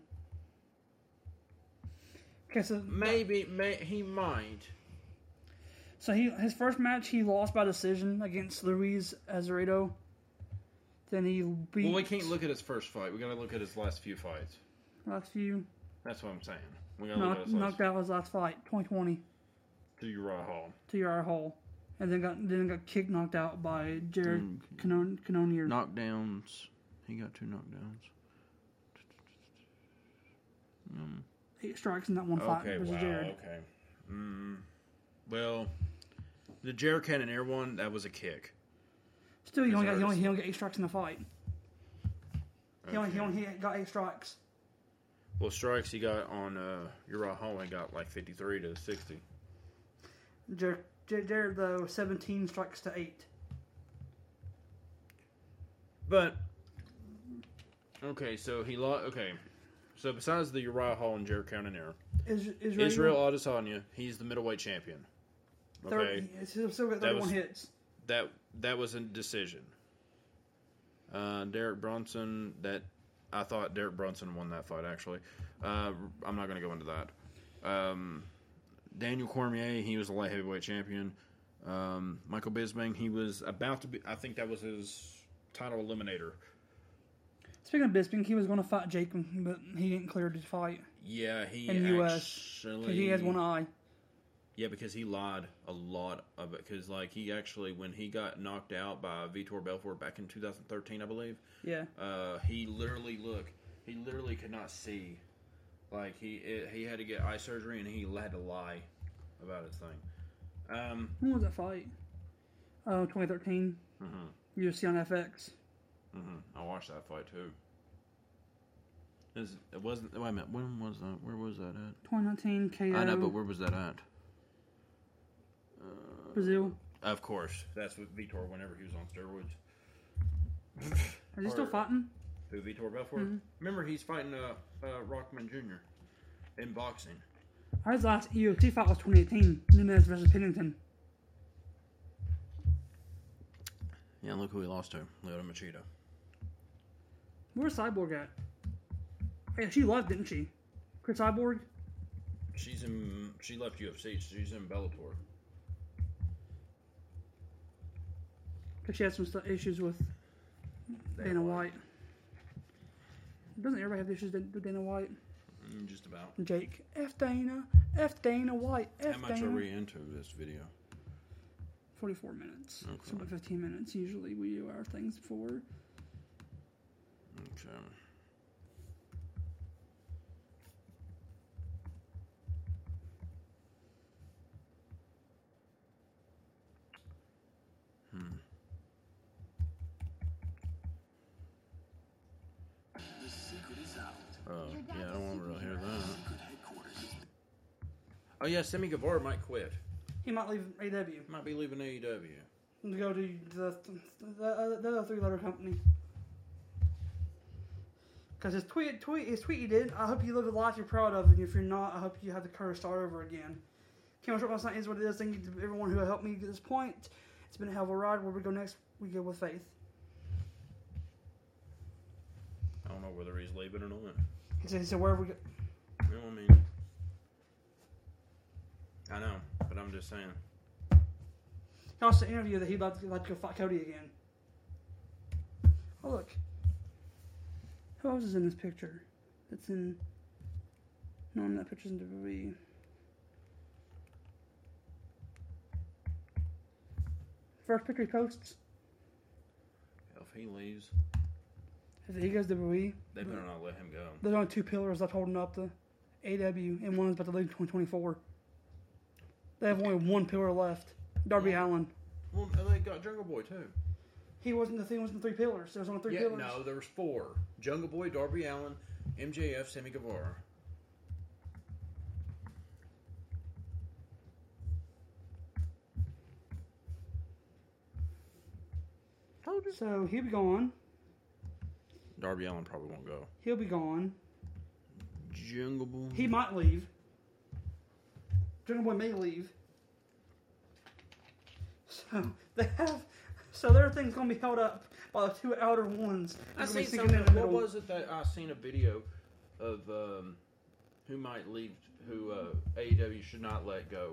Okay, so
Maybe may, he might.
So he his first match he lost by decision against Luis Azeredo. Then he beat
Well, we can't look at his first fight. We gotta look at his last few fights.
last few
That's what I'm saying. We gotta look at
knock,
his last
knocked out his last fight 2020
to Uriah Hall.
to Yara Hall, and then got then got kicked knocked out by Jared
Mm.
Canon Canonier.
Knockdowns. He got two knockdowns.
Eight strikes in that one fight
Okay.
versus
Wow.
Jared.
Okay. Mm. Well, the Jared Cannon Air one that was a kick.
Still, he only, got,
Deserves.
he only he only got eight strikes in the fight. He only he
Okay.
only he got eight strikes.
Well, strikes he got on uh, Uriah Hall and got like 53 to 60.
Jared, Jared though 17 strikes to eight.
But okay, so he lost. Okay, so besides the Uriah Hall and Jared Cannon Air,
Is, Israel,
Israel Adesanya, he's the middleweight champion. Okay.
30, he's still got
That
31
was-
hits.
that that was a decision. Uh, Derek Brunson, that I thought Derek Brunson won that fight. Actually, uh, I'm not going to go into that. Um, Daniel Cormier, he was the light heavyweight champion. Um, Michael Bisping, he was about to be. I think that was his title eliminator.
Speaking of Bisping, he was going to fight Jake, but he didn't clear to fight.
Yeah, he
In the US,
actually
'cause He has one eye.
Yeah, because he lied a lot of it. Because like he actually, when he got knocked out by Vitor Belfort back in 2013, I believe.
Yeah.
uh, he literally look he literally could not see like he it, he had to get eye surgery and he had to lie about his thing um
When was that fight? Oh, 2013.
mhm,
UFC on FX.
mhm. i watched that fight too Is- it wasn't wait a minute when was that where was that at
2019 KO.
i know but where was that at
Brazil.
of course that's with vitor whenever he was on steroids
Is he still
or-
fighting?
who vitor belfort remember he's fighting uh, uh rockman jr in boxing
His last UFC fight was 2018. Nunes versus Pennington.
yeah and look who he lost to Lyoto machida
Where's Cyborg at? Yeah, she left, didn't she? Chris Cyborg.
She's in. She left UFC. She's in Bellator.
Because she had some stu- issues with Dana White. Doesn't everybody have issues with Dana White?
Mm, Just about.
Jake. F Dana. F Dana White. F
How much
Dana.
are we into this video?
44 minutes.
Okay.
So about 15 minutes usually we do our things for.
Okay. Hmm. Uh, Oh yeah, Sammy Guevara might quit.
He might leave AW
He might be leaving E AEW.
and go to the the, other- the other three letter company. Because his tweet, tweet, his tweet he did. I hope you live a life you're proud of, and if you're not, I hope you have the courage to start over again. Can't Short Wrestling is what it is. Thank you to everyone who helped me get this point. It's been a hell of a ride. Where we go next, we go with faith.
I don't know whether he's leaving or not.
He said, he said wherever we go.
You know what I mean? I know, but I'm just saying.
He also interview that he'd like to, like to go fight Cody again. Oh, look. Who else is in this picture? That's in. No, that picture's in WWE. First picture he posts,
If he leaves,
if he goes to WWE,
they better not let him go.
there's only two pillars left holding up the AW, and one's about to leave in 2024. They have only one pillar left Darby
Yeah.
Allen.
Well, no, they got Jungle Boy too.
He wasn't the thing, wasn't the three pillars. There was only three
yeah,
pillars.
no, there was four: Jungle Boy, Darby Allen, MJF, Sammy Guevara.
So he'll be gone.
Darby Allen probably won't go.
He'll be gone.
Jungle Boy.
He might leave. Jungle Boy may leave. So they have. So their thing's gonna be held up by the two outer ones.
I
They're gonna
seen
be sticking
something.
in the
What
middle.
was it that I seen a video of um, who might leave, who uh, AEW should not let go.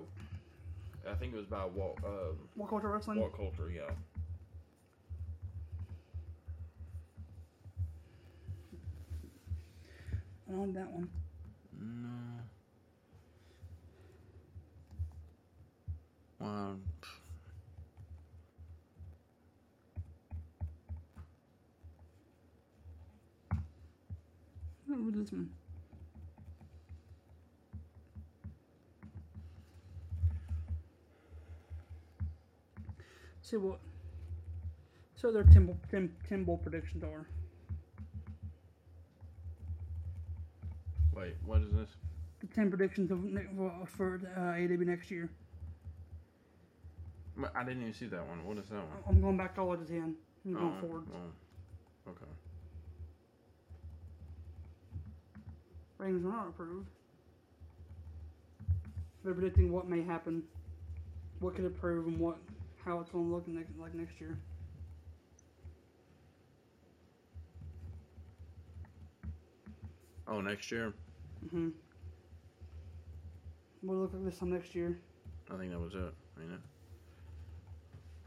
I think it was by Walt, um,
What culture wrestling?
Walt Coulter. Yeah.
I don't like that one.
No. Well,
What was this one? See what? So their Timble Tim Timble predictions are.
wait. What is this?
The ten predictions of ne- for uh, AW next year.
M- I didn't even see that one. What is that one?
I'm going back all the way to ten. I'm going
Oh,
forward.
oh, okay.
Ratings were not approved. They're predicting what may happen, what could approve, and what how it's going to look next, like next year.
Oh, next year.
Mm-hmm. We'll look like this time next year.
I think that was it. You know.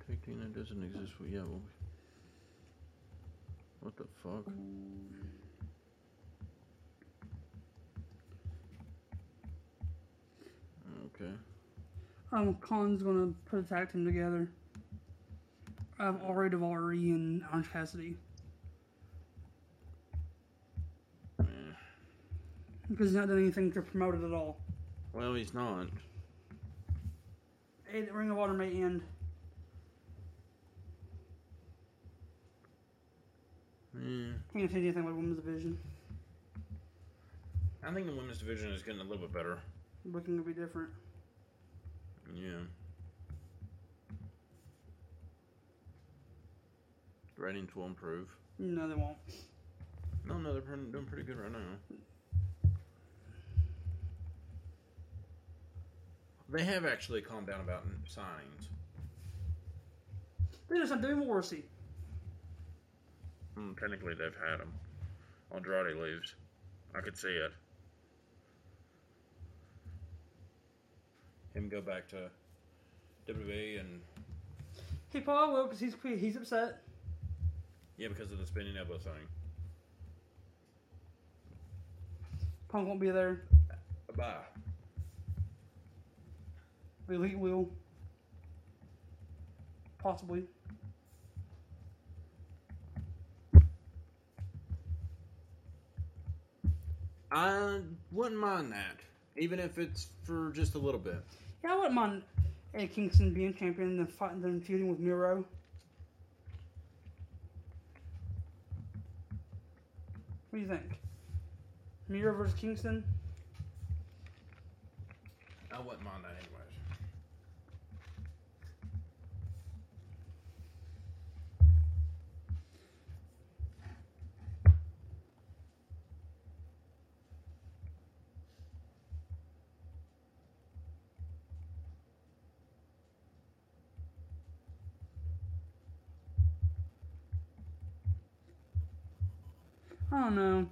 Tag team that doesn't exist. Well, yeah. Well, what the fuck? Okay.
Um, Colin's going to put a tag team together. I have Ari Davari and Orange Cassidy
Eh.
because he's not done anything to promote it at all.
Well, he's not.
Hey, the Ring of Honor may end.
Eh.
Can't change anything with women's division.
I think the women's division is getting a little bit better.
Booking will be different.
Yeah. Ratings will improve.
No, they won't.
No, no, they're pretty, doing pretty good right now. They have actually calmed down about signings.
They just have David Morrissey.
Mm, technically, they've had them. Andrade leaves. I could see it. Him go back to WWE and
He probably will because he's he's upset.
yeah, because of the spinning elbow thing.
Punk won't be there.
Bye.
The Elite will. Possibly.
I wouldn't mind that, even if it's for just a little bit.
Yeah, I wouldn't mind Eddie Kingston being champion and then fighting then feuding with Miro. What do you think? Miro versus Kingston?
I wouldn't mind that anyways.
I don't know.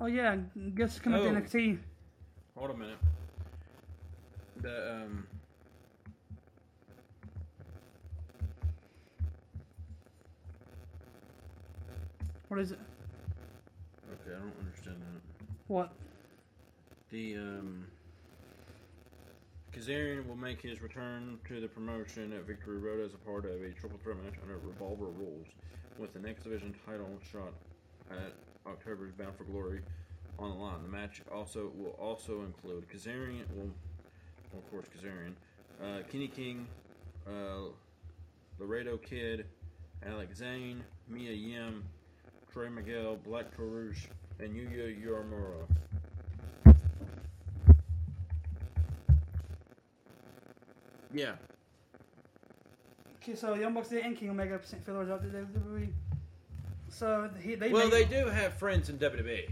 Oh yeah, guess it's coming
Oh.
up to NXT.
Hold a minute. The um.
What is it?
Okay, I don't understand that.
What?
The um. Kazarian will make his return to the promotion at Victory Road as a part of a triple threat match under Revolver rules, with the next division title shot at October's Bound for Glory on the line. The match also will also include Kazarian, well, well, of course Kazarian, uh, Kenny King, uh, Laredo Kid, Alex Zane, Mia Yim, Trey Miguel, Black Tarouche, and Yuya Uramura. Yeah,
Okay, so Young Bucks did and King Omega sent fillers out to WWE. So he, they
Well,
made-
they do have friends in WWE.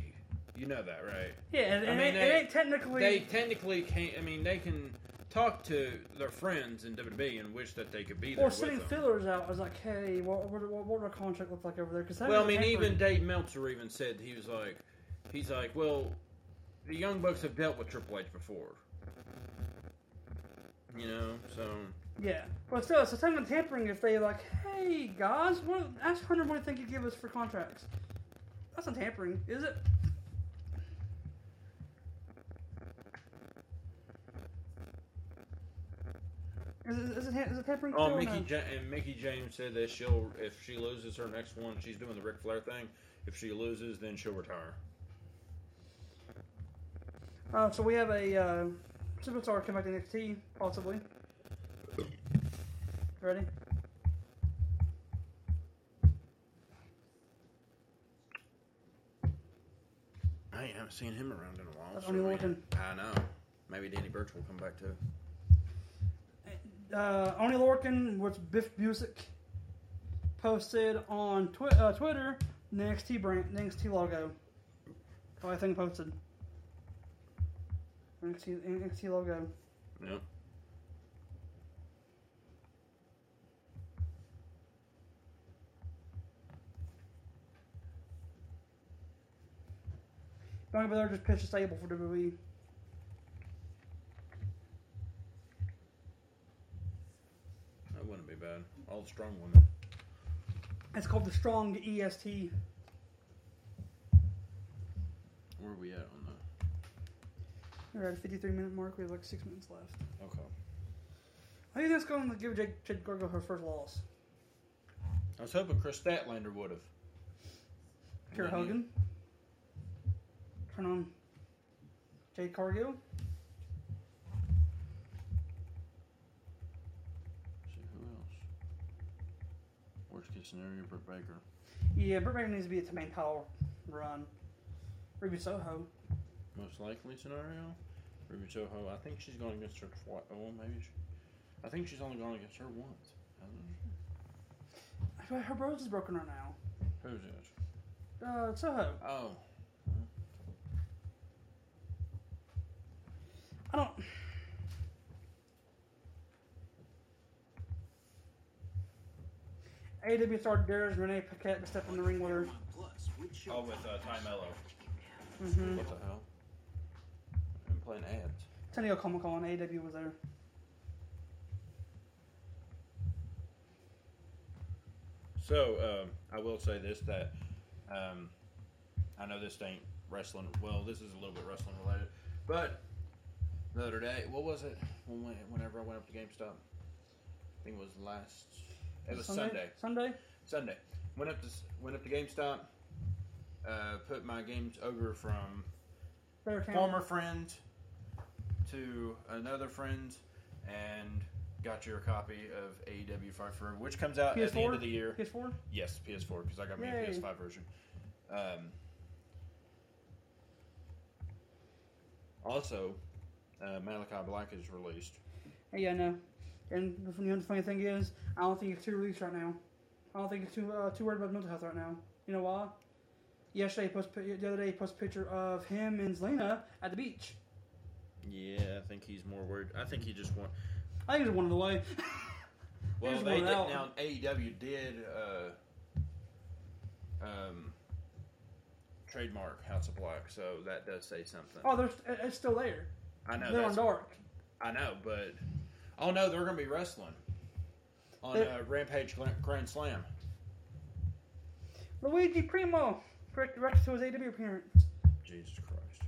You know that, right?
yeah, it,
I
it
mean,
ain't, it
they-
ain't technically
They technically can't. I mean, they can talk to their friends in WWE and wish that they could be there.
or
with
sending
them.
fillers out. I was like, hey, what what what, what would our contract look like over there? Because
Well, I mean, even Dave Meltzer even said he was like, he's like, well, the Young Bucks have dealt with Triple H before. You know, so
yeah. But still, it's a time of tampering if they like, hey guys, what ask Hunter what do you think you give us for contracts? That's not tampering, is it? Is it, is it, ta- is it tampering?
oh,
still or
Mickey
no?
ja- and Mickey James said that she'll if she loses her next one, she's doing the Ric Flair thing. If she loses, then she'll retire.
Uh, so we have a uh, superstar coming back to NXT, possibly. Ready?
I ain't haven't seen him around in a while.
That's only one
we-
can-
I know. Maybe Danny Burch will come back too.
Uh, Oni Lorcan, which Biff Busick posted on twi- uh, Twitter, the NXT brand, the NXT logo. Oh, I think posted. NXT, NXT logo.
Yep.
Don't be there just pitch a stable for E. WWE.
That wouldn't be bad. All the strong women.
It's called the Strong E EST.
Where are we at on that?
We're at a 53 minute mark. We have like six minutes left.
Okay.
I think that's going to give Jade, Jade Gargo her first loss.
I was hoping Chris Statlander would have.
Kara Hogan. Turn on Jade Cargill.
See who else? Worst case scenario, Britt Baker.
Yeah, Britt Baker needs to be at the main power run. Ruby Soho.
Most likely scenario, Ruby Soho. I think she's gone against her twice. Oh, maybe. She, I think she's only gone against her once. hasn't she?
I feel like Her bros is broken right now.
Who's this?
Uh, Soho.
Oh,
I don't. AW started there as Renee Paquette to step in the ring with her.
oh, with uh, Ty Mello.
Mm-hmm.
What the hell? I'm playing ads.
Tony Comic Con, AW was there.
So um, I will say this that um, I know this ain't wrestling. Well, this is a little bit wrestling related, but the other day, what was it? When we, whenever I went up to GameStop, I think it was last. It was Sunday.
Sunday?
Sunday. Went up to s- went up to GameStop. Uh, put my games over from
Bear Town.
former friend to to another friend's and got your copy of AEW Fight Forever, which comes out at the end
PS4?
of the year.
PS4?
Yes, PS4 because I got me
Yay.
a PS5 version. Um, also, uh, Malachi Black is released.
Hey, yeah, no. And the funny, the funny thing is, I don't think it's too released right now. I don't think it's too uh, too worried about mental health right now. You know why? Yesterday, he posted, the other day, he posted a picture of him and Zelena at the beach.
Yeah, I think he's more worried. I think he just want.
I think it's one of the way.
Well,
just
they
want
did,
it out.
now AEW did uh, um, trademark House of Black, so that does say something.
oh, there's it- it's still there.
I know.
They're on
That's,
dark.
I know, but oh no, they're going to be wrestling on
They're-
uh, Rampage Gla- Grand Slam.
Luigi Primo, correct directed to his AW appearance.
Jesus Christ,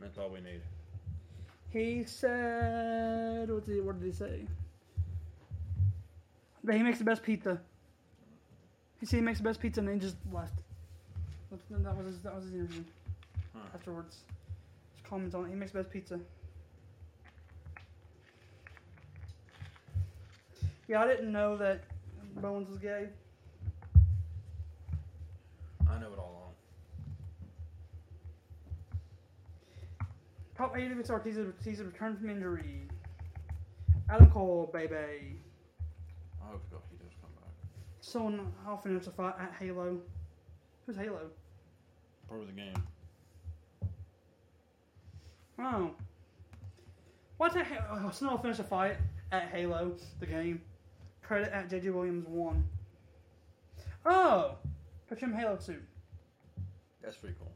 that's all we need.
He said, what did he, what did he say? That he makes the best pizza. He said he makes the best pizza and then he just left. That- That was his, that was his interview.
Huh.
Afterwards, his comments on it. He makes the best pizza. Yeah, I didn't know that Bones was gay.
I know it all along.
Top eight of its artists sees a return from injury. Adam Cole, baby.
I hope God he does come back.
Someone often has a fight at Halo. Who's Halo?
Part of the game.
Oh. Why did Halo? Someone finish a fight at Halo, the game. Credit at JJ Williams one. Oh, picture him in Halo two.
That's pretty cool.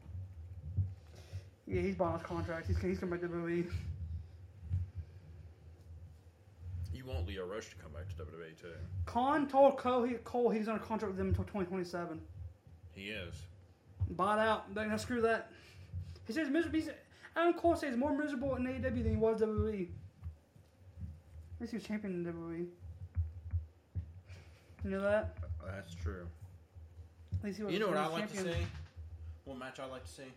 Yeah, he's buying his contract. He's he's coming back to the movie.
You want Leo Rush to come back to WWE too.
Khan told Cole, he, Cole he's under contract with them until twenty twenty seven.
He is.
Bought out. Like, now screw that. He says miserable. He's, Adam Cole says he's more miserable in AEW than he was WWE. At least he was champion in WWE. You know that?
That's true.
At least he was.
You know what
he
I
was
like to
champion.
see? What match I like to see?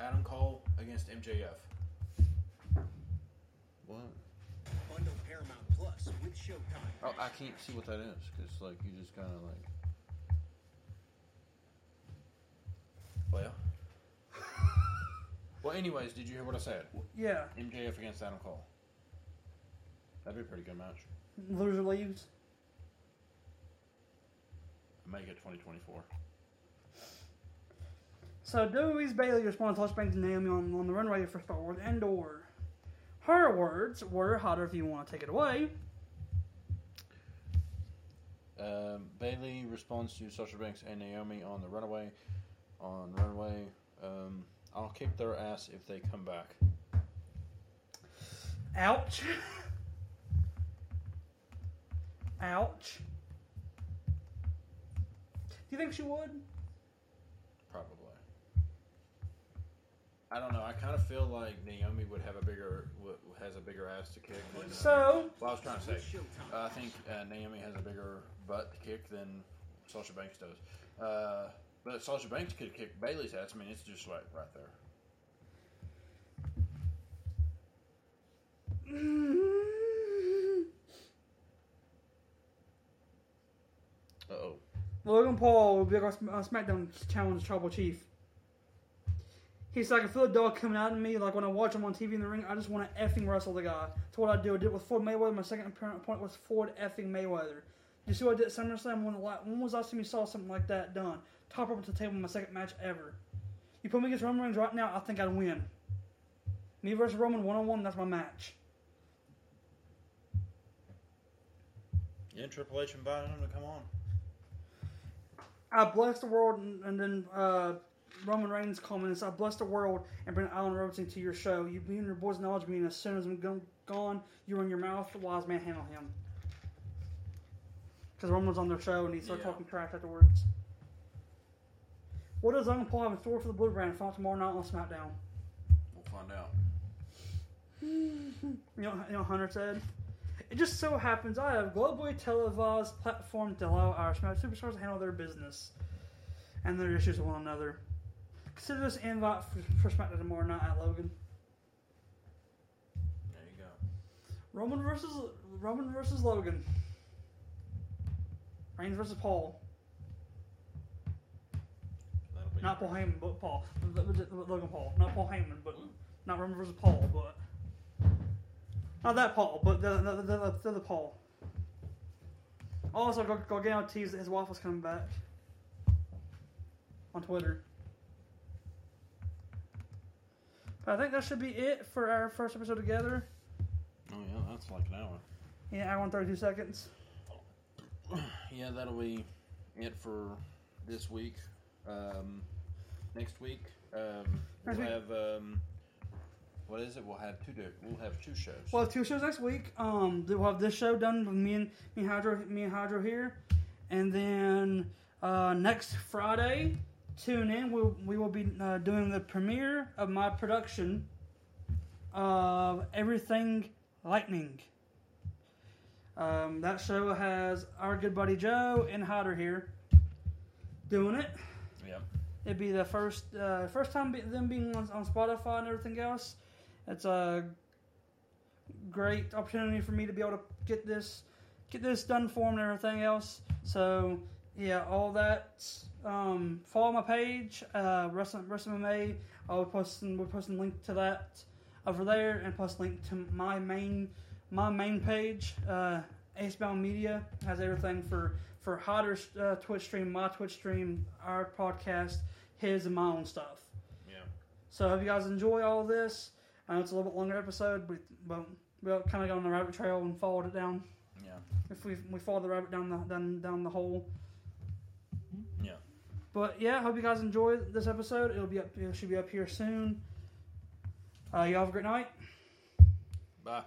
Adam Cole against MJF. What?
Bundle Paramount Plus with Showtime.
Oh, I can't see what that is because like you just kind of like. Well. well, anyways, did you hear what I said?
Yeah.
MJF against Adam Cole. That'd be a pretty good match.
Loser leaves.
Make it 2024.
So WWE's Bailey responded to Touch Banks and Naomi on, on the runway for Star Wars Endor. Her words were hotter if you want to take it away.
Um, Bailey responds to Sasha Banks and Naomi on the runaway. On runaway, um, I'll kick their ass if they come back.
Ouch. Ouch. Do you think she would?
Probably. I don't know. I kind of feel like Naomi would have a bigger w- has a bigger ass to kick. Than, uh,
So
well, I was trying to say, uh, I think uh, Naomi has a bigger butt to kick than Sasha Banks does. Uh, but Sasha Banks could kick Bailey's ass. I mean, it's just like right there. Uh oh.
Logan Paul will be our Sm- uh, SmackDown Challenge Tribal Chief. He's like, I feel a dog coming out of me. Like when I watch him on TV in the ring, I just want to effing wrestle the guy. That's what I do. I did it with Floyd Mayweather. My second apparent opponent was Floyd effing Mayweather. You see what I did at SummerSlam? When, the la- when was the last time you saw something like that done? Top up to the table in my second match ever. You put me against Roman Reigns right now, I think I'd win. Me versus Roman one on one, that's my match.
Yeah, Triple H invited him to come on.
I bless the world, and, and then uh, Roman Reigns comments, I bless the world and bring Alan Robinson to your show. You be in your boy's knowledge meeting as soon as I'm go- gone, you run your mouth, the wise man handle him. Because Roman was on their show and he started
Yeah.
talking trash afterwards. What does Logan Paul have in store for the Blue Brand Fight tomorrow night on SmackDown?
We'll find out.
You know, you know, what Hunter said. It just so happens I have globally televised platform to allow our Smash superstars to handle their business and their issues with one another. Consider this an invite for, for SmackDown tomorrow night at Logan.
There you go.
Roman versus Roman versus Logan. Reigns versus Paul.
That'll be
Not Paul Heyman, but Paul. L- L- L- Logan Paul. Not Paul Heyman, but not Roman versus Paul, but not that Paul, but the the, the, the, the other Paul. Also, Gar- Gargano teased that his waffles coming back on Twitter. But I think that should be it for our first episode together.
Oh yeah, that's like an hour.
In an hour and thirty-two seconds.
yeah, that'll be it for this week. Um, next week, um,
Next
we'll
week.
have um, what is it? We'll have two. di- We'll have two shows.
We'll have two shows next week. Um, we'll have this show done with me and me and Hydro, me and Hydro here, and then uh, next Friday, tune in. We we will be uh, doing the premiere of my production of Everything Lightning. Um, that show has our good buddy Joe and Hydro here doing it.
Yep.
It'd be the first uh, first time be- them being on, on Spotify and everything else. It's a great opportunity for me to be able to get this get this done for 'em and everything else. So yeah, all that. Um, follow my page, uh, Wrestling Wrestling MMA. I'll be posting we're posting a link to that over there, and plus a link to my main my main page. Uh, Acebound Media has everything for for Hotter uh, Twitch stream, my Twitch stream, our podcast, his and my own stuff.
Yeah.
So I hope you guys enjoy all of this. I know it's a little bit longer episode, but but we kind of go on the rabbit trail and followed it down.
Yeah.
If we we followed the rabbit down the down down the hole.
Yeah.
But yeah, hope you guys enjoy this episode. It'll be up. It should be up here soon. Uh, y'all have a great night.
Bye.